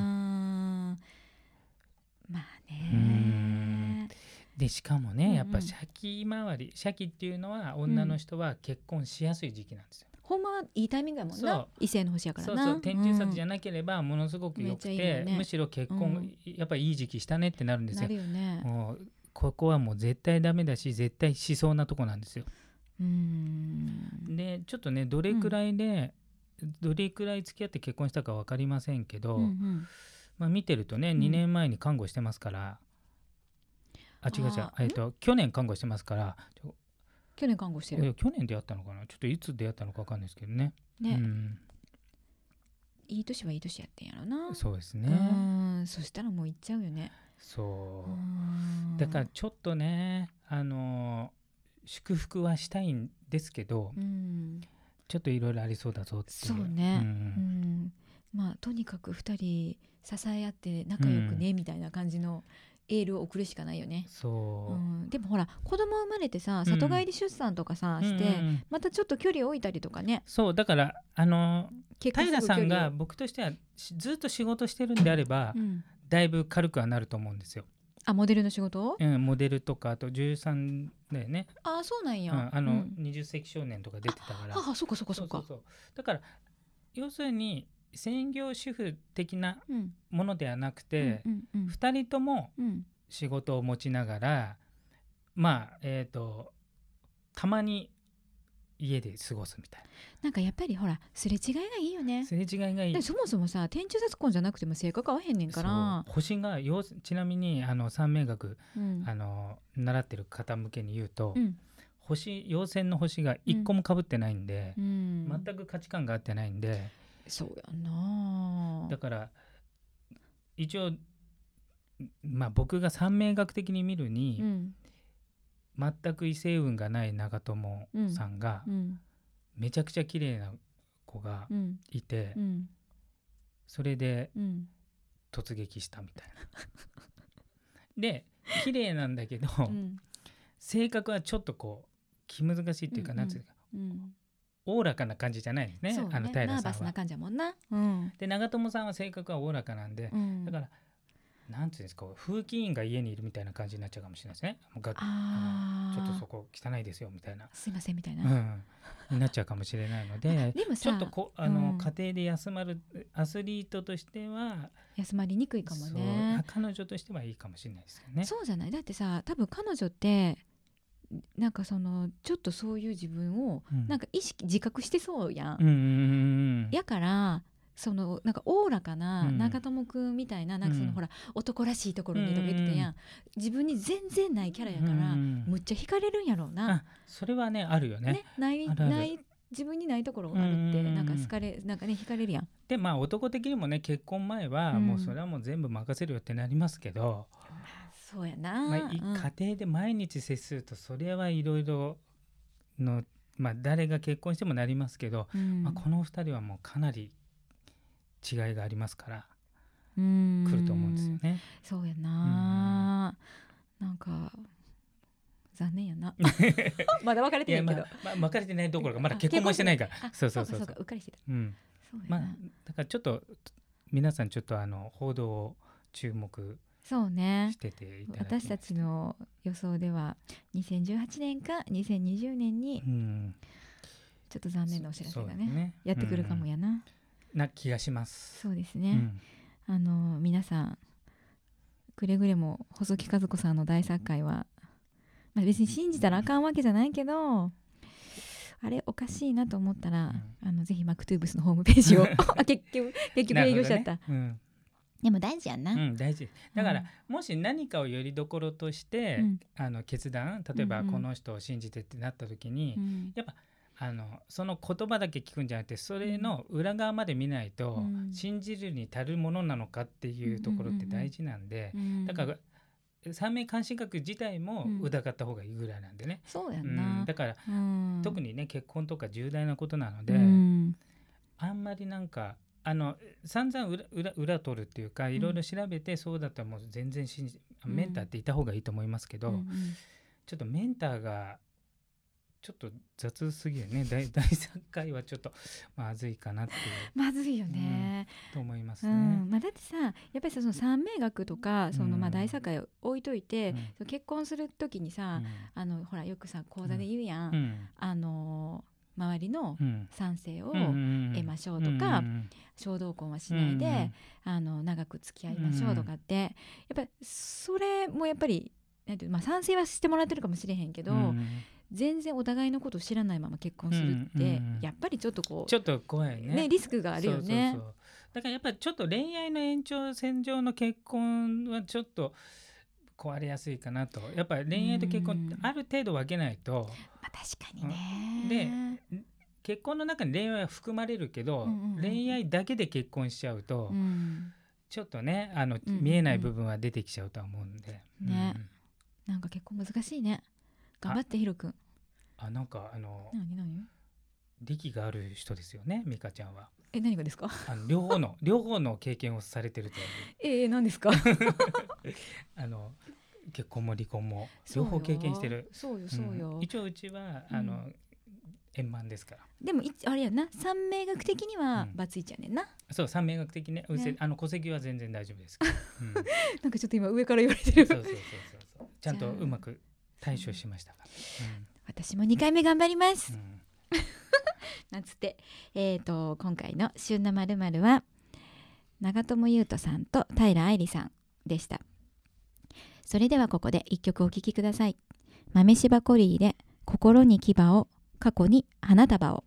Speaker 2: ん
Speaker 1: まあね。
Speaker 2: うんでしかも
Speaker 1: うんう
Speaker 2: ね
Speaker 1: ん
Speaker 2: やっぱシャキ周りシャキっていうのは女の人は結婚しやすい時期なんですよ。
Speaker 1: ほんまはいいタイミングやもんな
Speaker 2: そう。
Speaker 1: 異性の星やから
Speaker 2: そう
Speaker 1: な。
Speaker 2: そう天中殺じ
Speaker 1: ゃ
Speaker 2: ゃなければものすごく
Speaker 1: め
Speaker 2: 良く
Speaker 1: っちゃいいよ
Speaker 2: て、
Speaker 1: ね
Speaker 2: むしろ結婚、やっぱいい時期したねってなるんです
Speaker 1: な
Speaker 2: よ
Speaker 1: る。よね。
Speaker 2: もうここはもう絶対ダメだし絶対しそうなとこなんですよ。
Speaker 1: うん。
Speaker 2: でちょっとねどれくらいで、どれくらい付き合って結婚したか分かりませんけど、
Speaker 1: うんうん
Speaker 2: まあ、見てるとね
Speaker 1: ん
Speaker 2: 2年前に看護してますから、あ違う違う
Speaker 1: あ
Speaker 2: えっと去年看護してますからちょ
Speaker 1: 去年看護して
Speaker 2: い
Speaker 1: る。
Speaker 2: や去年出会ったのかなちょっといつ出会ったのか分かんないですけどね
Speaker 1: ね、
Speaker 2: うん、
Speaker 1: いい年はいい年やってんやろな。
Speaker 2: そうです
Speaker 1: う
Speaker 2: ね、
Speaker 1: ん。そしたらもう行っちゃうよね。
Speaker 2: そう、
Speaker 1: うん
Speaker 2: だから、ちょっとねあのー祝福はしたいんですけど、
Speaker 1: うん。
Speaker 2: ちょっといろいろありそうだぞっていう
Speaker 1: そうね
Speaker 2: う
Speaker 1: うんん。まあとにかく二人支え合って仲良くねみたいな感じのエールを送るしかないよね。
Speaker 2: そうう、
Speaker 1: ん、でもほら子供生まれてさ
Speaker 2: うん
Speaker 1: 里帰り出産とかさ、して、
Speaker 2: うんうんうん
Speaker 1: またちょっと距離置いたりとかね
Speaker 2: そうだからあの
Speaker 1: 結婚
Speaker 2: 平さんが
Speaker 1: す
Speaker 2: 僕としてはしずっと仕事してるんであれば、
Speaker 1: ぐ距離をうん、
Speaker 2: だいぶ軽くはなると思うんですよ、
Speaker 1: あモデルの仕事、
Speaker 2: うん、モデルとかあと13だよね、
Speaker 1: あそうなん
Speaker 2: う
Speaker 1: や、
Speaker 2: ん、あの、
Speaker 1: うん
Speaker 2: 20世紀少年とか出てたから
Speaker 1: ああそうかそうかそうか
Speaker 2: そうそうだから要するに専業主婦的な
Speaker 1: うん
Speaker 2: ものではなく
Speaker 1: う
Speaker 2: て、
Speaker 1: んうんうん
Speaker 2: 2人とも
Speaker 1: うん
Speaker 2: 仕事を持ちながらまあえっ、とたまに家で過ごすみたい
Speaker 1: なんかやっぱりほらすれ違いがいいよ
Speaker 2: な
Speaker 1: ね
Speaker 2: すれ違いがいい
Speaker 1: でそもそもさ天中殺婚じゃなくても性格合わへんねんから
Speaker 2: そう星が要すちなみにあの三名学、
Speaker 1: うん
Speaker 2: あの習ってる方向けに言うと、
Speaker 1: うん
Speaker 2: 星陽線の星が一個も被ってないんで
Speaker 1: う、ん、
Speaker 2: 全く価値観が合ってないんで、
Speaker 1: そうやな
Speaker 2: だから一応まあ僕が三名学的に見る
Speaker 1: う
Speaker 2: に、
Speaker 1: ん
Speaker 2: 全く異性運がない長友さんが、
Speaker 1: うん
Speaker 2: めちゃくちゃ綺麗な子が
Speaker 1: うん
Speaker 2: いて、
Speaker 1: うん
Speaker 2: それで
Speaker 1: うん
Speaker 2: 突撃したみたいな。
Speaker 1: *laughs*
Speaker 2: で綺麗なんだけど、
Speaker 1: うん
Speaker 2: 性格はちょっとこう気難しいっていうか、
Speaker 1: うんうん
Speaker 2: なんていうか
Speaker 1: うん
Speaker 2: おおらかな感じじゃないですね
Speaker 1: そう
Speaker 2: あの平
Speaker 1: ナー
Speaker 2: さ
Speaker 1: バ
Speaker 2: ん
Speaker 1: スな
Speaker 2: は。
Speaker 1: 感じやもんなうん
Speaker 2: で長友さんは性格はおおらかなんで
Speaker 1: う、ん
Speaker 2: だからなんていうんですか風紀委員が家にいるみたいな感じになっちゃうかもしれないですね。もうが
Speaker 1: あ
Speaker 2: ちょっとそ
Speaker 1: あ
Speaker 2: こ汚いですよみたいな、
Speaker 1: すいませんみたいうな、
Speaker 2: ん、になっちゃうかもしれないので
Speaker 1: でも
Speaker 2: ちょ
Speaker 1: さ
Speaker 2: っとこあの、
Speaker 1: うん
Speaker 2: 家庭で休まるアスリートとしては
Speaker 1: 休まりにくいかもね
Speaker 2: そう彼女としてはいいかもしれないですよね。
Speaker 1: そうじゃないだってさ多分彼女ってなんかそのちょっとそういう自分を
Speaker 2: うん
Speaker 1: なんか意識自覚してそうやん、
Speaker 2: うんうんうんうん
Speaker 1: やからそのなんかおおらかな
Speaker 2: うん
Speaker 1: 長友くんみたいな,、なんかその
Speaker 2: うん
Speaker 1: ほら男らしいところにとか言ってたやん、
Speaker 2: う
Speaker 1: 自分に全然ないキャラやから、
Speaker 2: うん
Speaker 1: むっちゃ惹かれるんやろうな、
Speaker 2: あそれはねあるよね
Speaker 1: ねない
Speaker 2: あるある
Speaker 1: ない自分にないところがあるって、
Speaker 2: うん
Speaker 1: なんか好かれなんかね惹かれるやん
Speaker 2: でまあ男的にもね結婚前は、
Speaker 1: うん
Speaker 2: もうそれはもう全部任せるよってなりますけど、
Speaker 1: そうやな、
Speaker 2: まあい
Speaker 1: うん
Speaker 2: 家庭で毎日接するとそれはいろいろのまあ誰が結婚してもなりますけど、
Speaker 1: うん
Speaker 2: まあ、この2人はもうかなり違いがありますから
Speaker 1: うーん
Speaker 2: 来ると思うんですよね。
Speaker 1: そうやな、なんか残念や
Speaker 2: *laughs*
Speaker 1: な *laughs* まだ別れ
Speaker 2: い
Speaker 1: てな
Speaker 2: や
Speaker 1: いけ
Speaker 2: ま
Speaker 1: ど、
Speaker 2: あ、まあ、別れてないどころかまだ結婚もしてないから
Speaker 1: あ
Speaker 2: そうそうそう
Speaker 1: かそう
Speaker 2: そう
Speaker 1: かうっかりしてた
Speaker 2: うん、
Speaker 1: そうやな、
Speaker 2: まあだからちょっと皆さんちょっとあの報道を注目
Speaker 1: そうね
Speaker 2: してていただきまし
Speaker 1: 私たちの予想では2018年か2020年に
Speaker 2: うん
Speaker 1: ちょっと残念なお知らせが
Speaker 2: そう
Speaker 1: ね
Speaker 2: です
Speaker 1: やってくるかも
Speaker 2: うん
Speaker 1: やな、
Speaker 2: な気がします。
Speaker 1: そうです
Speaker 2: う
Speaker 1: ね、
Speaker 2: ん
Speaker 1: あの皆さんくれぐれも細木和子さんの大作会は、まあ、別に信じたらあかんわけじゃないけどあれおかしいなと思ったら、あのぜひマクトゥーブスのホームページ
Speaker 2: *laughs*
Speaker 1: をあ結局結局営業しちゃった、
Speaker 2: なるほどね
Speaker 1: でも大事やんな、
Speaker 2: う
Speaker 1: うんん
Speaker 2: うん大事だから、もし何かをよりどころとして、
Speaker 1: うん
Speaker 2: あの決断例えば
Speaker 1: うんうん
Speaker 2: この人を信じてってなった時に、
Speaker 1: うん
Speaker 2: やっぱあのその言葉だけ聞くんじゃなくてそれの裏側まで見ないと、
Speaker 1: うん
Speaker 2: 信じるに足るものなのかっていうところって大事なんで、
Speaker 1: うん
Speaker 2: だから三名関心学自体も
Speaker 1: うん
Speaker 2: 疑った方がいいぐらいなんでね、
Speaker 1: そうや
Speaker 2: うん
Speaker 1: んな、
Speaker 2: だから、
Speaker 1: うん
Speaker 2: 特にね結婚とか重大なことなので、
Speaker 1: うん
Speaker 2: あんまりなんかあの散々裏裏裏取るっていうかいろいろ調べてそうだったらもう全然信じ、
Speaker 1: うん
Speaker 2: メンターっていた方がいいと思いますけど、
Speaker 1: うんうん
Speaker 2: ちょっとメンターがちょっと雑すぎるね *laughs* 大大作会はちょっとまずいかなっていう
Speaker 1: まずいよね、
Speaker 2: と思います
Speaker 1: う
Speaker 2: ね。
Speaker 1: んまあ、だってさやっぱりさその三名学とかそのま
Speaker 2: う
Speaker 1: あ
Speaker 2: ん
Speaker 1: 大社会を置いといて
Speaker 2: うん、
Speaker 1: その結婚する時にさ、あのほらよくさ講座で言うやん、
Speaker 2: うん
Speaker 1: あのー周りの
Speaker 2: うん
Speaker 1: 賛成を
Speaker 2: うん
Speaker 1: 得ましょうとか
Speaker 2: うん
Speaker 1: 衝動婚はしないで、
Speaker 2: うん
Speaker 1: あの長く付き合いましょうとかって、やっぱりそれもやっぱりなんていうまあ、賛成はしてもらってるかもしれへんけど、
Speaker 2: うん
Speaker 1: 全然お互いのことを知らないまま結婚するって、
Speaker 2: うんうん
Speaker 1: やっぱりちょっとこう
Speaker 2: ちょっと怖いね。
Speaker 1: ね、リスクがあるよね。
Speaker 2: そうそうそうだからやっぱりちょっと恋愛の延長線上の結婚はちょっと壊れやすいかなとやっぱり恋愛と結婚って
Speaker 1: うん
Speaker 2: ある程度分けないと
Speaker 1: まあ、確かにね
Speaker 2: で。結婚の中に恋愛は含まれるけど、
Speaker 1: うんうんうん
Speaker 2: 恋愛だけで結婚しちゃうと、
Speaker 1: うん
Speaker 2: ちょっとねあの、
Speaker 1: うんうん
Speaker 2: 見えない部分は出てきちゃうとは思うんで、
Speaker 1: ね
Speaker 2: うん
Speaker 1: なんか結構難しいね。頑張ってヒロ君。
Speaker 2: あなんかあの
Speaker 1: なになに？
Speaker 2: 力がある人ですよね美香ちゃんは
Speaker 1: え何がですか？ *laughs*
Speaker 2: あの両方の両方の経験をされてるという
Speaker 1: ええ何ですか？
Speaker 2: あの結婚も離婚も両方経験してる。
Speaker 1: そうよそうよ。
Speaker 2: うん一応うちは
Speaker 1: うん
Speaker 2: あの、円満ですから
Speaker 1: でもいあれやな三名学的には
Speaker 2: うん
Speaker 1: バツイちゃうねんな。
Speaker 2: そう三名学的ねうせ
Speaker 1: ね
Speaker 2: あの戸籍は全然大丈夫です
Speaker 1: *laughs*
Speaker 2: から、うん、そう
Speaker 1: なんかちょっと今上から言われて
Speaker 2: そう
Speaker 1: る。
Speaker 2: そうそうそうちゃんとうまく対処しましたから、
Speaker 1: 私も二回目頑張ります
Speaker 2: う。んうん
Speaker 1: なんつってえっ、と今回の旬なまるまるは長友佑都さんと平愛理さんでした。それではここで一曲お聴きください。豆柴コリーで心に牙を過去に花束を。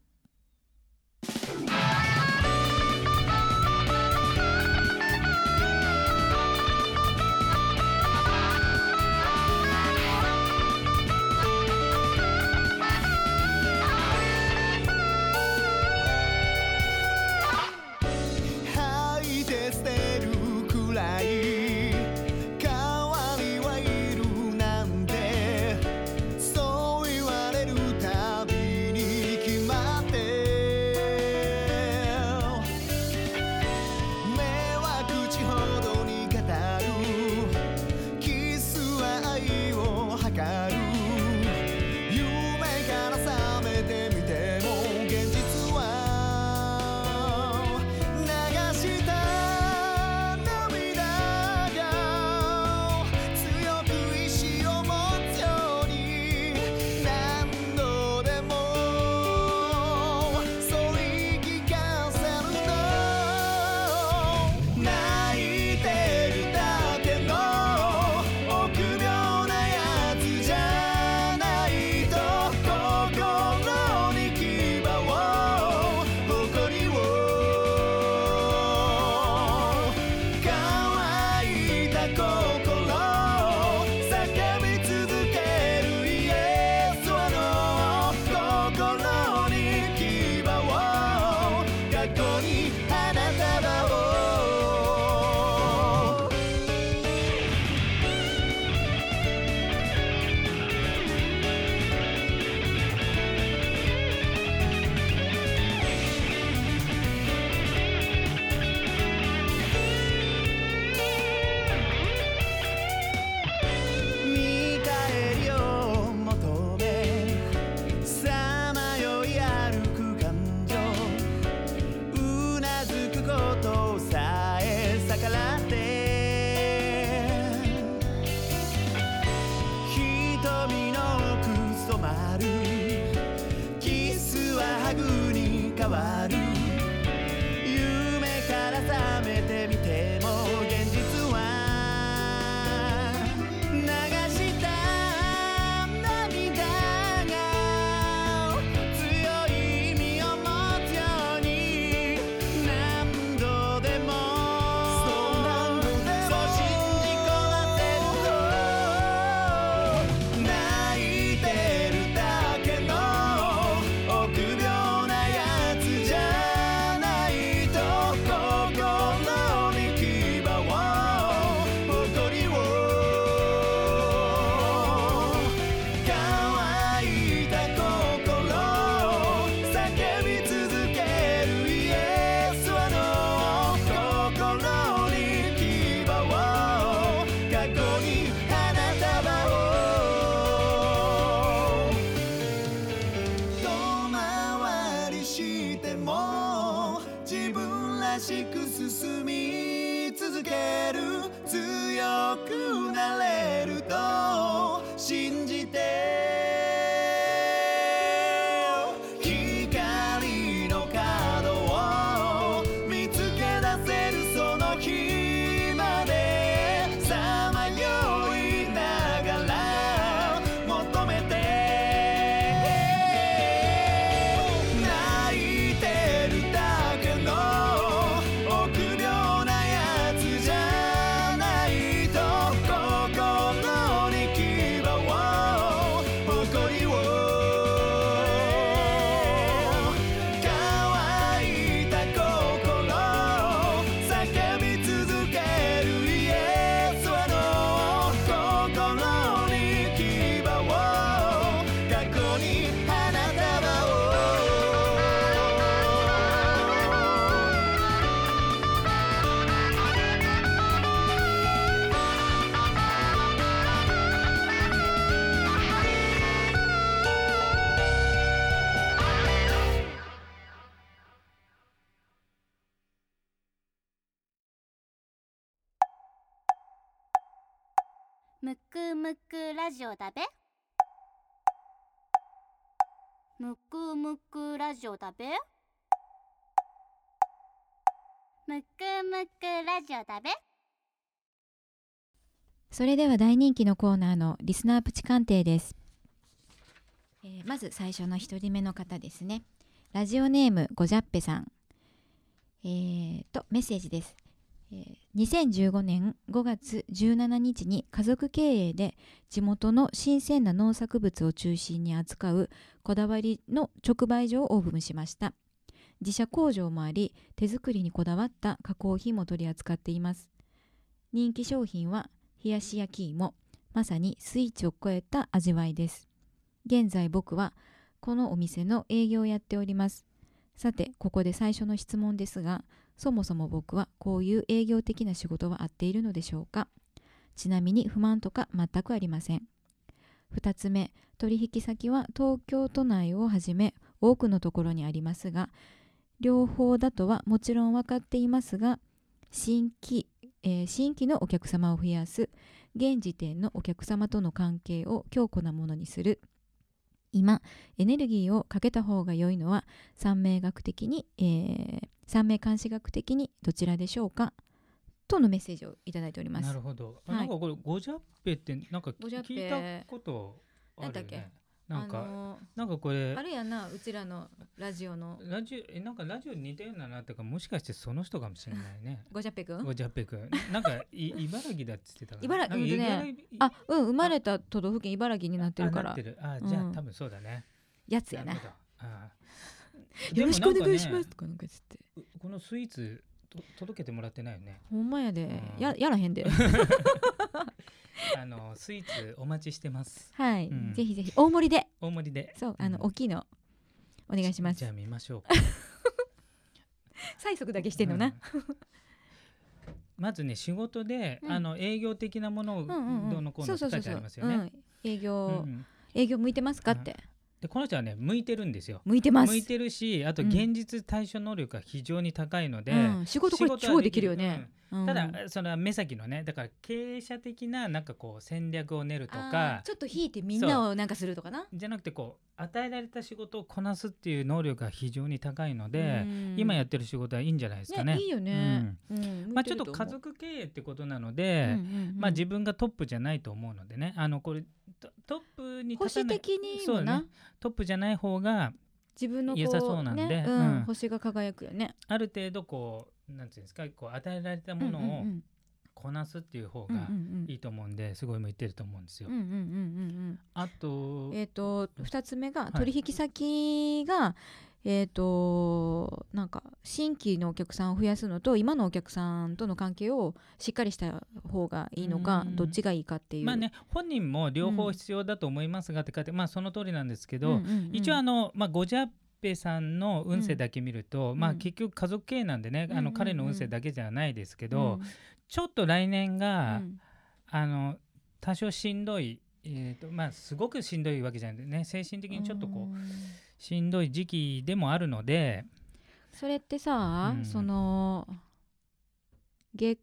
Speaker 4: 吐いて捨てるくらい代わりはいるなんてそう言われるたびに決まっしく進み続ける強くなれると信じて光の角を見つけ出せるその日までさまよいながら求めて泣いてるだけの臆病なやつじゃないと心に牙を誇りを乾いた心叫び続けるイエスはの心に牙を過去に花束を
Speaker 3: むくむくラジオだべむくむくラジオだべむくむくラジオだべ
Speaker 1: それでは大人気のコーナーのリスナープチ鑑定です、えーまず最初の一人目の方ですねラジオネームごじゃっぺさんえーとメッセージです、えー2015年5月17日に家族経営で地元の新鮮な農作物を中心に扱うこだわりの直売所をオープンしました自社工場もあり手作りにこだわった加工品も取り扱っています人気商品は冷やし焼き芋まさにスイーツを超えた味わいです現在僕はこのお店の営業をやっておりますさてここで最初の質問ですがそもそも僕はこういう営業的な仕事は合っているのでしょうかちなみに不満とか全くありません2つ目取引先は東京都内をはじめ多くのところにありますが両方だとはもちろん分かっていますが新規、えー新規のお客様を増やす現時点のお客様との関係を強固なものにする今エネルギーをかけた方が良いのは三名学的に、えー三名監視学的にどちらでしょうかとのメッセージをいただいております
Speaker 2: なるほど、あ
Speaker 1: はい
Speaker 2: なんかこれゴジャッペってなんか
Speaker 1: ゴジャッペ
Speaker 2: 聞いたことあるよねなんか、
Speaker 1: あの
Speaker 2: なんかこ
Speaker 1: ー
Speaker 2: れ
Speaker 1: あるやなうちらのラジオの
Speaker 2: ラジオえなんかラジオに似たようななってかもしかしてその人かもしれないね
Speaker 1: ごじゃっぺくん
Speaker 2: ゴジャッペ君なんかい茨城だっつってたかな
Speaker 1: 茨
Speaker 2: なんか
Speaker 1: うんとね
Speaker 2: 城
Speaker 1: あうん生まれた都道府県茨城になってるか
Speaker 2: あな
Speaker 1: ら
Speaker 2: ってるあじゃあ、
Speaker 1: うん
Speaker 2: 多分そうだね
Speaker 1: やつや
Speaker 2: る
Speaker 1: な
Speaker 2: ほどあ
Speaker 1: *laughs*
Speaker 2: ー
Speaker 1: よろしくお願いし
Speaker 2: でもな
Speaker 1: ま
Speaker 2: ん
Speaker 1: す
Speaker 2: か
Speaker 1: とかなんか言って
Speaker 2: ねこのスイーツと届けてもらってないよね
Speaker 1: ほんまやで
Speaker 2: うん
Speaker 1: ややらへんで
Speaker 2: あのスイーツお待ちしてます
Speaker 1: はい
Speaker 2: うん
Speaker 1: ぜひぜひ大盛りで
Speaker 2: 大盛りで
Speaker 1: そうあの
Speaker 2: うん
Speaker 1: 大きいのお願いしま
Speaker 2: じ
Speaker 1: す
Speaker 2: ゃあ見ましょうか
Speaker 1: 催促だけしてんのな
Speaker 2: うんまずね仕事で、
Speaker 1: うん
Speaker 2: あの営業的なものを
Speaker 1: うんうんうん
Speaker 2: どうのこう
Speaker 1: そ
Speaker 2: の
Speaker 1: う
Speaker 2: っ
Speaker 1: そ
Speaker 2: て
Speaker 1: うそ
Speaker 2: 書
Speaker 1: そ
Speaker 2: いうてあ
Speaker 1: う
Speaker 2: りますよね。
Speaker 1: うん営
Speaker 2: う
Speaker 1: 業
Speaker 2: ん
Speaker 1: 営業向いてますかって
Speaker 2: でこの人はね向いてるんですよ。
Speaker 1: 向いてます
Speaker 2: 向いてるしあと
Speaker 1: うん
Speaker 2: 現実対処能力が非常に高いので、
Speaker 1: うん仕事これ
Speaker 2: 仕事は
Speaker 1: 超できるよね
Speaker 2: うんただ
Speaker 1: うん
Speaker 2: それは目先のねだから経営者的ななんかこう戦略を練ると
Speaker 1: あー
Speaker 2: か
Speaker 1: ちょっと引いてみんなをなんかするとかな
Speaker 2: じゃなくてこう与えられた仕事をこなすっていう能力が非常に高いので、今やってる仕事はいいんじゃないですかね。
Speaker 1: ねいいよね
Speaker 2: まあちょっと家族経営ってことなので、ま
Speaker 1: ま
Speaker 2: あ、自分がトップじゃないと思うのでねあのこれトトップに
Speaker 1: 保
Speaker 2: 立た
Speaker 1: 守
Speaker 2: ない
Speaker 1: 的に
Speaker 2: そ
Speaker 1: も
Speaker 2: うだ
Speaker 1: な
Speaker 2: ねトップじゃない方が
Speaker 1: 自分のこう
Speaker 2: 良さそうなんで
Speaker 1: ね
Speaker 2: う
Speaker 1: うんん星が輝くよね
Speaker 2: ある程度こうなんていうんですかこう与えられたも
Speaker 1: うんうん
Speaker 2: の
Speaker 1: う
Speaker 2: を
Speaker 1: ん
Speaker 2: こなすっていう方
Speaker 1: うん
Speaker 2: が
Speaker 1: うん
Speaker 2: いいと思うんですごい向いてると思うんですよ。
Speaker 1: うんうんうん
Speaker 2: あ
Speaker 1: う
Speaker 2: と
Speaker 1: んうんえっと二つ目が
Speaker 2: い
Speaker 1: 取引先がえっとなんか新規のお客さんを増やすのと今のお客さんとの関係をしっかりした方がいいのか
Speaker 2: うん
Speaker 1: どっちがいいかっていう
Speaker 2: まあね本人も両
Speaker 1: う
Speaker 2: 方
Speaker 1: ん
Speaker 2: 必要だと思いますがって書いて、まあその通りなんですけ
Speaker 1: うん
Speaker 2: ど、
Speaker 1: うんうん
Speaker 2: 一応あの、まあ、ゴジャッペさんの運勢だけ見ると、
Speaker 1: うん
Speaker 2: まあ
Speaker 1: うん
Speaker 2: 結局家族経営なんでね、
Speaker 1: うん
Speaker 2: あ
Speaker 1: うんう
Speaker 2: の
Speaker 1: ん
Speaker 2: 彼の運勢だけじゃないですけど、
Speaker 1: うん
Speaker 2: ちょっと来年が、
Speaker 1: うん
Speaker 2: あの多少しんどい、えーとまあ、すごくしんどいわけじゃないんでね精神的にちょっとこう、
Speaker 1: うん
Speaker 2: しんどい時期でもあるので
Speaker 1: それってさ、
Speaker 2: うん
Speaker 1: その月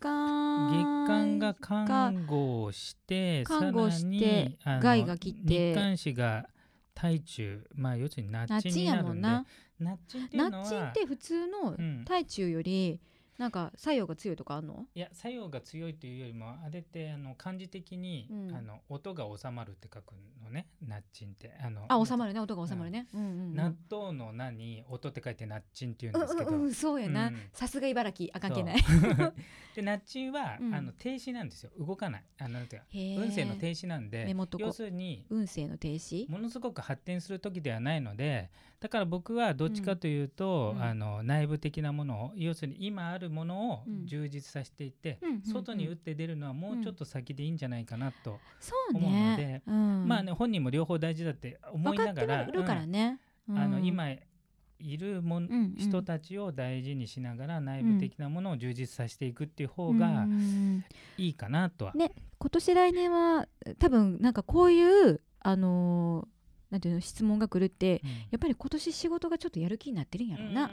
Speaker 1: 間
Speaker 2: 月間が看護をして
Speaker 1: 看護をして
Speaker 2: さらに
Speaker 1: 害が来て
Speaker 2: あの日刊誌が体中まあ要するにナ
Speaker 1: ナ
Speaker 2: ッチ
Speaker 1: ッチン
Speaker 2: に
Speaker 1: や
Speaker 2: な
Speaker 1: も
Speaker 2: るん
Speaker 1: ん
Speaker 2: で
Speaker 1: な
Speaker 2: ナッチンっていう
Speaker 1: ナ
Speaker 2: のは
Speaker 1: ッチンって普通の
Speaker 2: うん
Speaker 1: 体中よりなんか作用が強いとかあんの
Speaker 2: いや作用が強いというよりもあれってあの漢字的に、
Speaker 1: うん
Speaker 2: あの音が収まるって書くのねナッチンってあの
Speaker 1: あ収まるね音が収まるね、うんうんうん
Speaker 2: 納豆の「な」に「音」って書いて「ナッチン」って言う
Speaker 1: うんん
Speaker 2: ですけど、
Speaker 1: うんうんそうやな、
Speaker 2: うん
Speaker 1: さすが茨城あ関係ない *laughs*
Speaker 2: そう。でナッチンは、
Speaker 1: うん
Speaker 2: あの停止なんですよ動かないあのなんていうか
Speaker 1: へー
Speaker 2: 運勢の停止なんで
Speaker 1: メモっとこう
Speaker 2: 要するに
Speaker 1: 運勢の停止
Speaker 2: ものすごく発展する時ではないのでだから僕はどっちかというと、
Speaker 1: うん
Speaker 2: あの内部的なものを要するに今あるものを
Speaker 1: うん
Speaker 2: 充実させていって、
Speaker 1: うんうんうん
Speaker 2: 外に打って出るのはもうちょっと先でいいんじゃないかなと、
Speaker 1: そう
Speaker 2: 思うの
Speaker 1: ねう
Speaker 2: で、
Speaker 1: ん、
Speaker 2: まあね本人も両方大事だって思
Speaker 1: 分
Speaker 2: い
Speaker 1: か
Speaker 2: な
Speaker 1: っ
Speaker 2: が
Speaker 1: て
Speaker 2: ら
Speaker 1: るからね、
Speaker 2: うんあの今いるもん、
Speaker 1: うんうん
Speaker 2: 人たちを大事にしながら内部的なものを充実させていくっていう方が
Speaker 1: うん
Speaker 2: いいかなとは、
Speaker 1: ね今年来年は多分なんかこういうあのーなんていうの質問が来るって
Speaker 2: うん
Speaker 1: やっぱり今年仕事がちょっとやる気になってるんやろうな、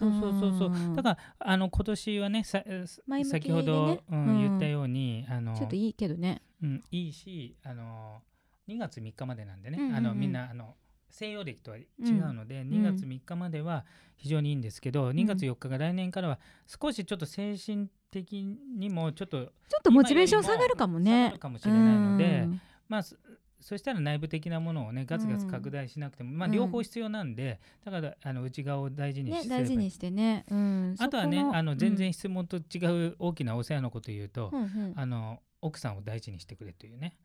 Speaker 2: うんうんうんそうそうそうそううんだからあの今年はねささ
Speaker 1: 前向き
Speaker 2: 先
Speaker 1: にね
Speaker 2: ほど、うん
Speaker 1: うん
Speaker 2: 言ったようにあの
Speaker 1: ちょっといいけどね
Speaker 2: うん、いいしあの2月3日までなんでね、
Speaker 1: うんうんうん
Speaker 2: あのみんなあの西洋歴とは違うので、2月3日までは非常にいいんですけど、2月4日が来年からは少しちょっと精神的にもちょっ
Speaker 1: ち
Speaker 2: と
Speaker 1: ょっとモチベーション下がるかも
Speaker 2: 下が
Speaker 1: ね
Speaker 2: るかもしれないので、
Speaker 1: うん
Speaker 2: まあそそしたら内部的なものをねガツガツ拡大しなくても、まあ両方必要なんで、だからあの内側を大事に
Speaker 1: ね
Speaker 2: すればいい
Speaker 1: 大事にしてね、うん、
Speaker 2: あとはね
Speaker 1: そこ
Speaker 2: あの全然、質問と違う大きなお世話のこと言うと、
Speaker 1: うんうんうんあ
Speaker 2: あの奥さんを大事にしてくれというね。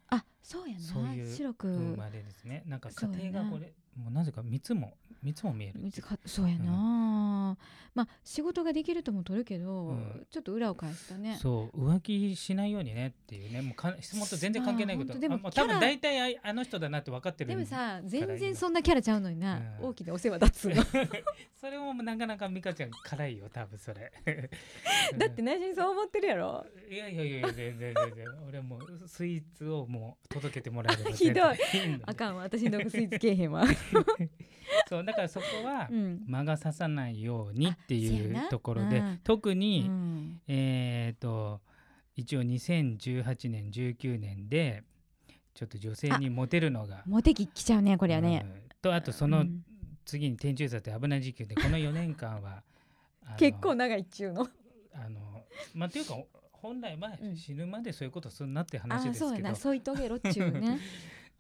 Speaker 1: そうやな
Speaker 2: そういう
Speaker 1: 白く、
Speaker 2: うん、あれですね。なんか
Speaker 1: そうやな
Speaker 2: 家庭がこれ、もうなぜか三つも、三つも見える。
Speaker 1: 見つかそうやな、まあ仕事ができるとも取るけど、
Speaker 2: うん
Speaker 1: ちょっと裏を返したね
Speaker 2: そう、浮気しないようにねっていうね、もうか、質問と全然関係ないこと。
Speaker 1: まあ本当でも
Speaker 2: あう
Speaker 1: キャ
Speaker 2: 多
Speaker 1: ラ
Speaker 2: 分大体あい、あの人だなって分かってる。
Speaker 1: でも、さ全
Speaker 2: いい
Speaker 1: 然
Speaker 2: の
Speaker 1: そんなキャラちゃうのにな、
Speaker 2: うん
Speaker 1: 大きなお世話だっつうの
Speaker 2: *laughs* それもなかなか美香ちゃん辛いよ、多分それ。
Speaker 1: *laughs* だって内心そう思ってるやろ
Speaker 2: うん。いやいやいやいや、全然全然、俺もうスイーツをもう届けてもらえるの。
Speaker 1: *laughs* ひどい
Speaker 2: 全然いいので
Speaker 1: あかんわ私のスイーツけえへん
Speaker 2: *laughs*
Speaker 1: わ、
Speaker 2: そう、だから、そこは
Speaker 1: う。ん
Speaker 2: 間が刺さないようにってい
Speaker 1: あそうや
Speaker 2: う
Speaker 1: な
Speaker 2: ところで
Speaker 1: うん
Speaker 2: 特
Speaker 1: う
Speaker 2: に、
Speaker 1: ん
Speaker 2: えー、と一応2018年19年でちょっと女性にモテるのが
Speaker 1: モテ期来ちゃうねこれはね、
Speaker 2: うんとあとそうの
Speaker 1: ん
Speaker 2: 次に天中座って危ない時期でこの4年間
Speaker 1: *laughs*
Speaker 2: はあの
Speaker 1: 結構長いっちゅうの
Speaker 2: あのまあというかお本来は
Speaker 1: うん
Speaker 2: 死ぬまでそういうことするなって
Speaker 1: あ
Speaker 2: 話
Speaker 1: あ
Speaker 2: で
Speaker 1: そう
Speaker 2: す
Speaker 1: や
Speaker 2: けど、
Speaker 1: な添い遂げろっちゅうね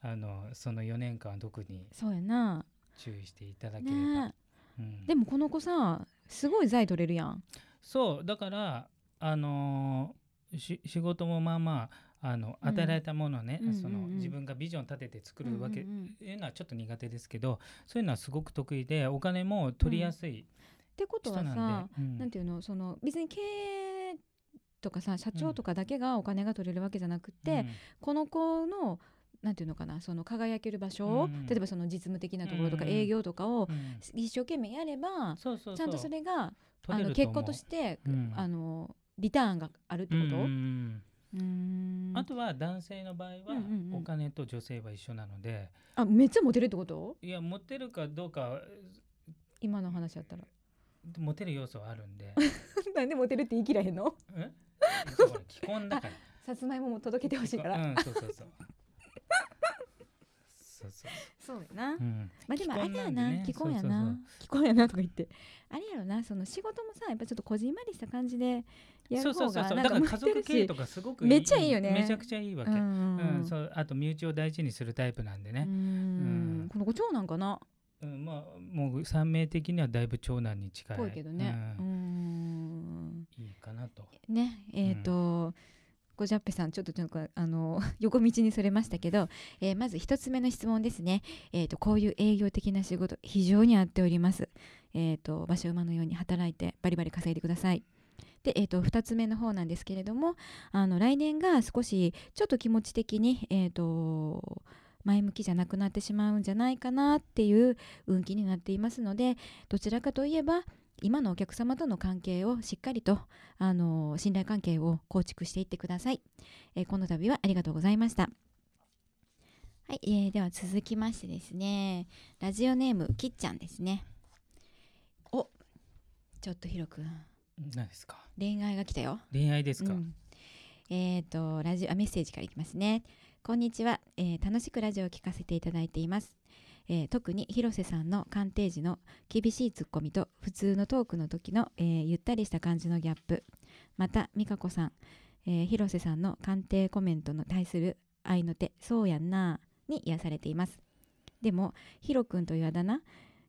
Speaker 2: あのその4年間は特に
Speaker 1: *laughs* そうやな
Speaker 2: 注意していただければ、
Speaker 1: ね
Speaker 2: うん
Speaker 1: えでもこの子さすごい財取れるやん
Speaker 2: そうだからあのーし仕事もまあまああの
Speaker 1: うん
Speaker 2: 与えられたものをね、
Speaker 1: うんうんうん
Speaker 2: その自分がビジョン立てて作るわけ、
Speaker 1: うんうんうんっ
Speaker 2: いうのはちょっと苦手ですけどそういうのはすごく得意でお金も取りやすい
Speaker 1: てこと
Speaker 2: 人
Speaker 1: は
Speaker 2: なんで、
Speaker 1: さ
Speaker 2: うん
Speaker 1: なんていうのその別に経営とかさ社長とかだけがお金が取れるわけじゃなくて、この子のなんていうのかなその輝ける場所を、
Speaker 2: うんうん
Speaker 1: 例えばその実務的なところとか
Speaker 2: うんうん
Speaker 1: 営業とかを
Speaker 2: うんうん
Speaker 1: 一生懸命やれば、
Speaker 2: そうそうそう
Speaker 1: ちゃんとそれが
Speaker 2: 取
Speaker 1: あ
Speaker 2: れ
Speaker 1: の
Speaker 2: ると
Speaker 1: 結
Speaker 2: 思
Speaker 1: 果
Speaker 2: う
Speaker 1: として、
Speaker 2: うん
Speaker 1: あのリターンがあるって
Speaker 2: うん
Speaker 1: こと、
Speaker 2: うんう
Speaker 1: うんーん
Speaker 2: あとは男性の場合は
Speaker 1: うんうんうん
Speaker 2: お金と女性は一緒なので、
Speaker 1: あめっちゃモテるってこと
Speaker 2: いや持ってるかどうか
Speaker 1: 今の話や
Speaker 2: *laughs*
Speaker 1: ったら
Speaker 2: 持てる要素はあるんで、
Speaker 1: *laughs* なんでモテるって言い切らへんの
Speaker 2: *laughs* うん、そうほら既婚だから
Speaker 1: さつまいもも届けてほしいから、
Speaker 2: うん、そうそうそう。そうそう
Speaker 1: そうやな、
Speaker 2: うん、
Speaker 1: まあでもあれや
Speaker 2: 既婚なんで
Speaker 1: な
Speaker 2: ね
Speaker 1: 既婚や
Speaker 2: そうそう
Speaker 1: な
Speaker 2: そう
Speaker 1: 既婚やなとか言ってあれやろなその仕事もさやっぱちょっとこじんまりした感じでや
Speaker 2: そ
Speaker 1: る
Speaker 2: うそ
Speaker 1: 方
Speaker 2: うそう
Speaker 1: が
Speaker 2: そう。
Speaker 1: な
Speaker 2: だ
Speaker 1: ん
Speaker 2: か
Speaker 1: から向い
Speaker 2: 家
Speaker 1: て
Speaker 2: 族
Speaker 1: る
Speaker 2: 経営
Speaker 1: し
Speaker 2: とかすごく
Speaker 1: めっちゃいいよね
Speaker 2: めちゃくちゃいいわけ。
Speaker 1: う
Speaker 2: うん、
Speaker 1: んうん
Speaker 2: そうあと身内を大事にするタイプなんで
Speaker 1: う
Speaker 2: ね。
Speaker 1: ん
Speaker 2: うん
Speaker 1: この子長男かな
Speaker 2: うん、まあもう三名的にはだいぶ長男に近い。
Speaker 1: ぽいけどねう
Speaker 2: うんんいいかなと。
Speaker 1: ねえっ、と、ごじゃっぺさんちょっとなんかあの *laughs* 横道にそれましたけど、えーまず一つ目の質問ですね、えー、とこういう営業的な仕事非常に合っております、えー、と馬車馬のように働いてバリバリ稼いでくださいで、えー、と二つ目の方なんですけれどもあの来年が少しちょっと気持ち的に、えー、と前向きじゃなくなってしまうんじゃないかなっていう運気になっていますのでどちらかといえば今のお客様との関係をしっかりとあの信頼関係を構築していってください、えーこの度はありがとうございましたはい、えーでは続きましてですねラジオネームきっちゃんですねおちょっとひろくん
Speaker 2: 何ですか
Speaker 1: 恋愛が来たよ
Speaker 2: 恋愛ですか、
Speaker 1: うんえっ、とラジオあメッセージからいきますねこんにちは、えー楽しくラジオを聞かせていただいています、えー特に広瀬さんの鑑定時の厳しいツッコミと普通のトークの時の、えーゆったりした感じのギャップまた美香子さん、えー広瀬さんの鑑定コメントに対する愛の手そうやんなーに癒されていますでもひろくんというあだ名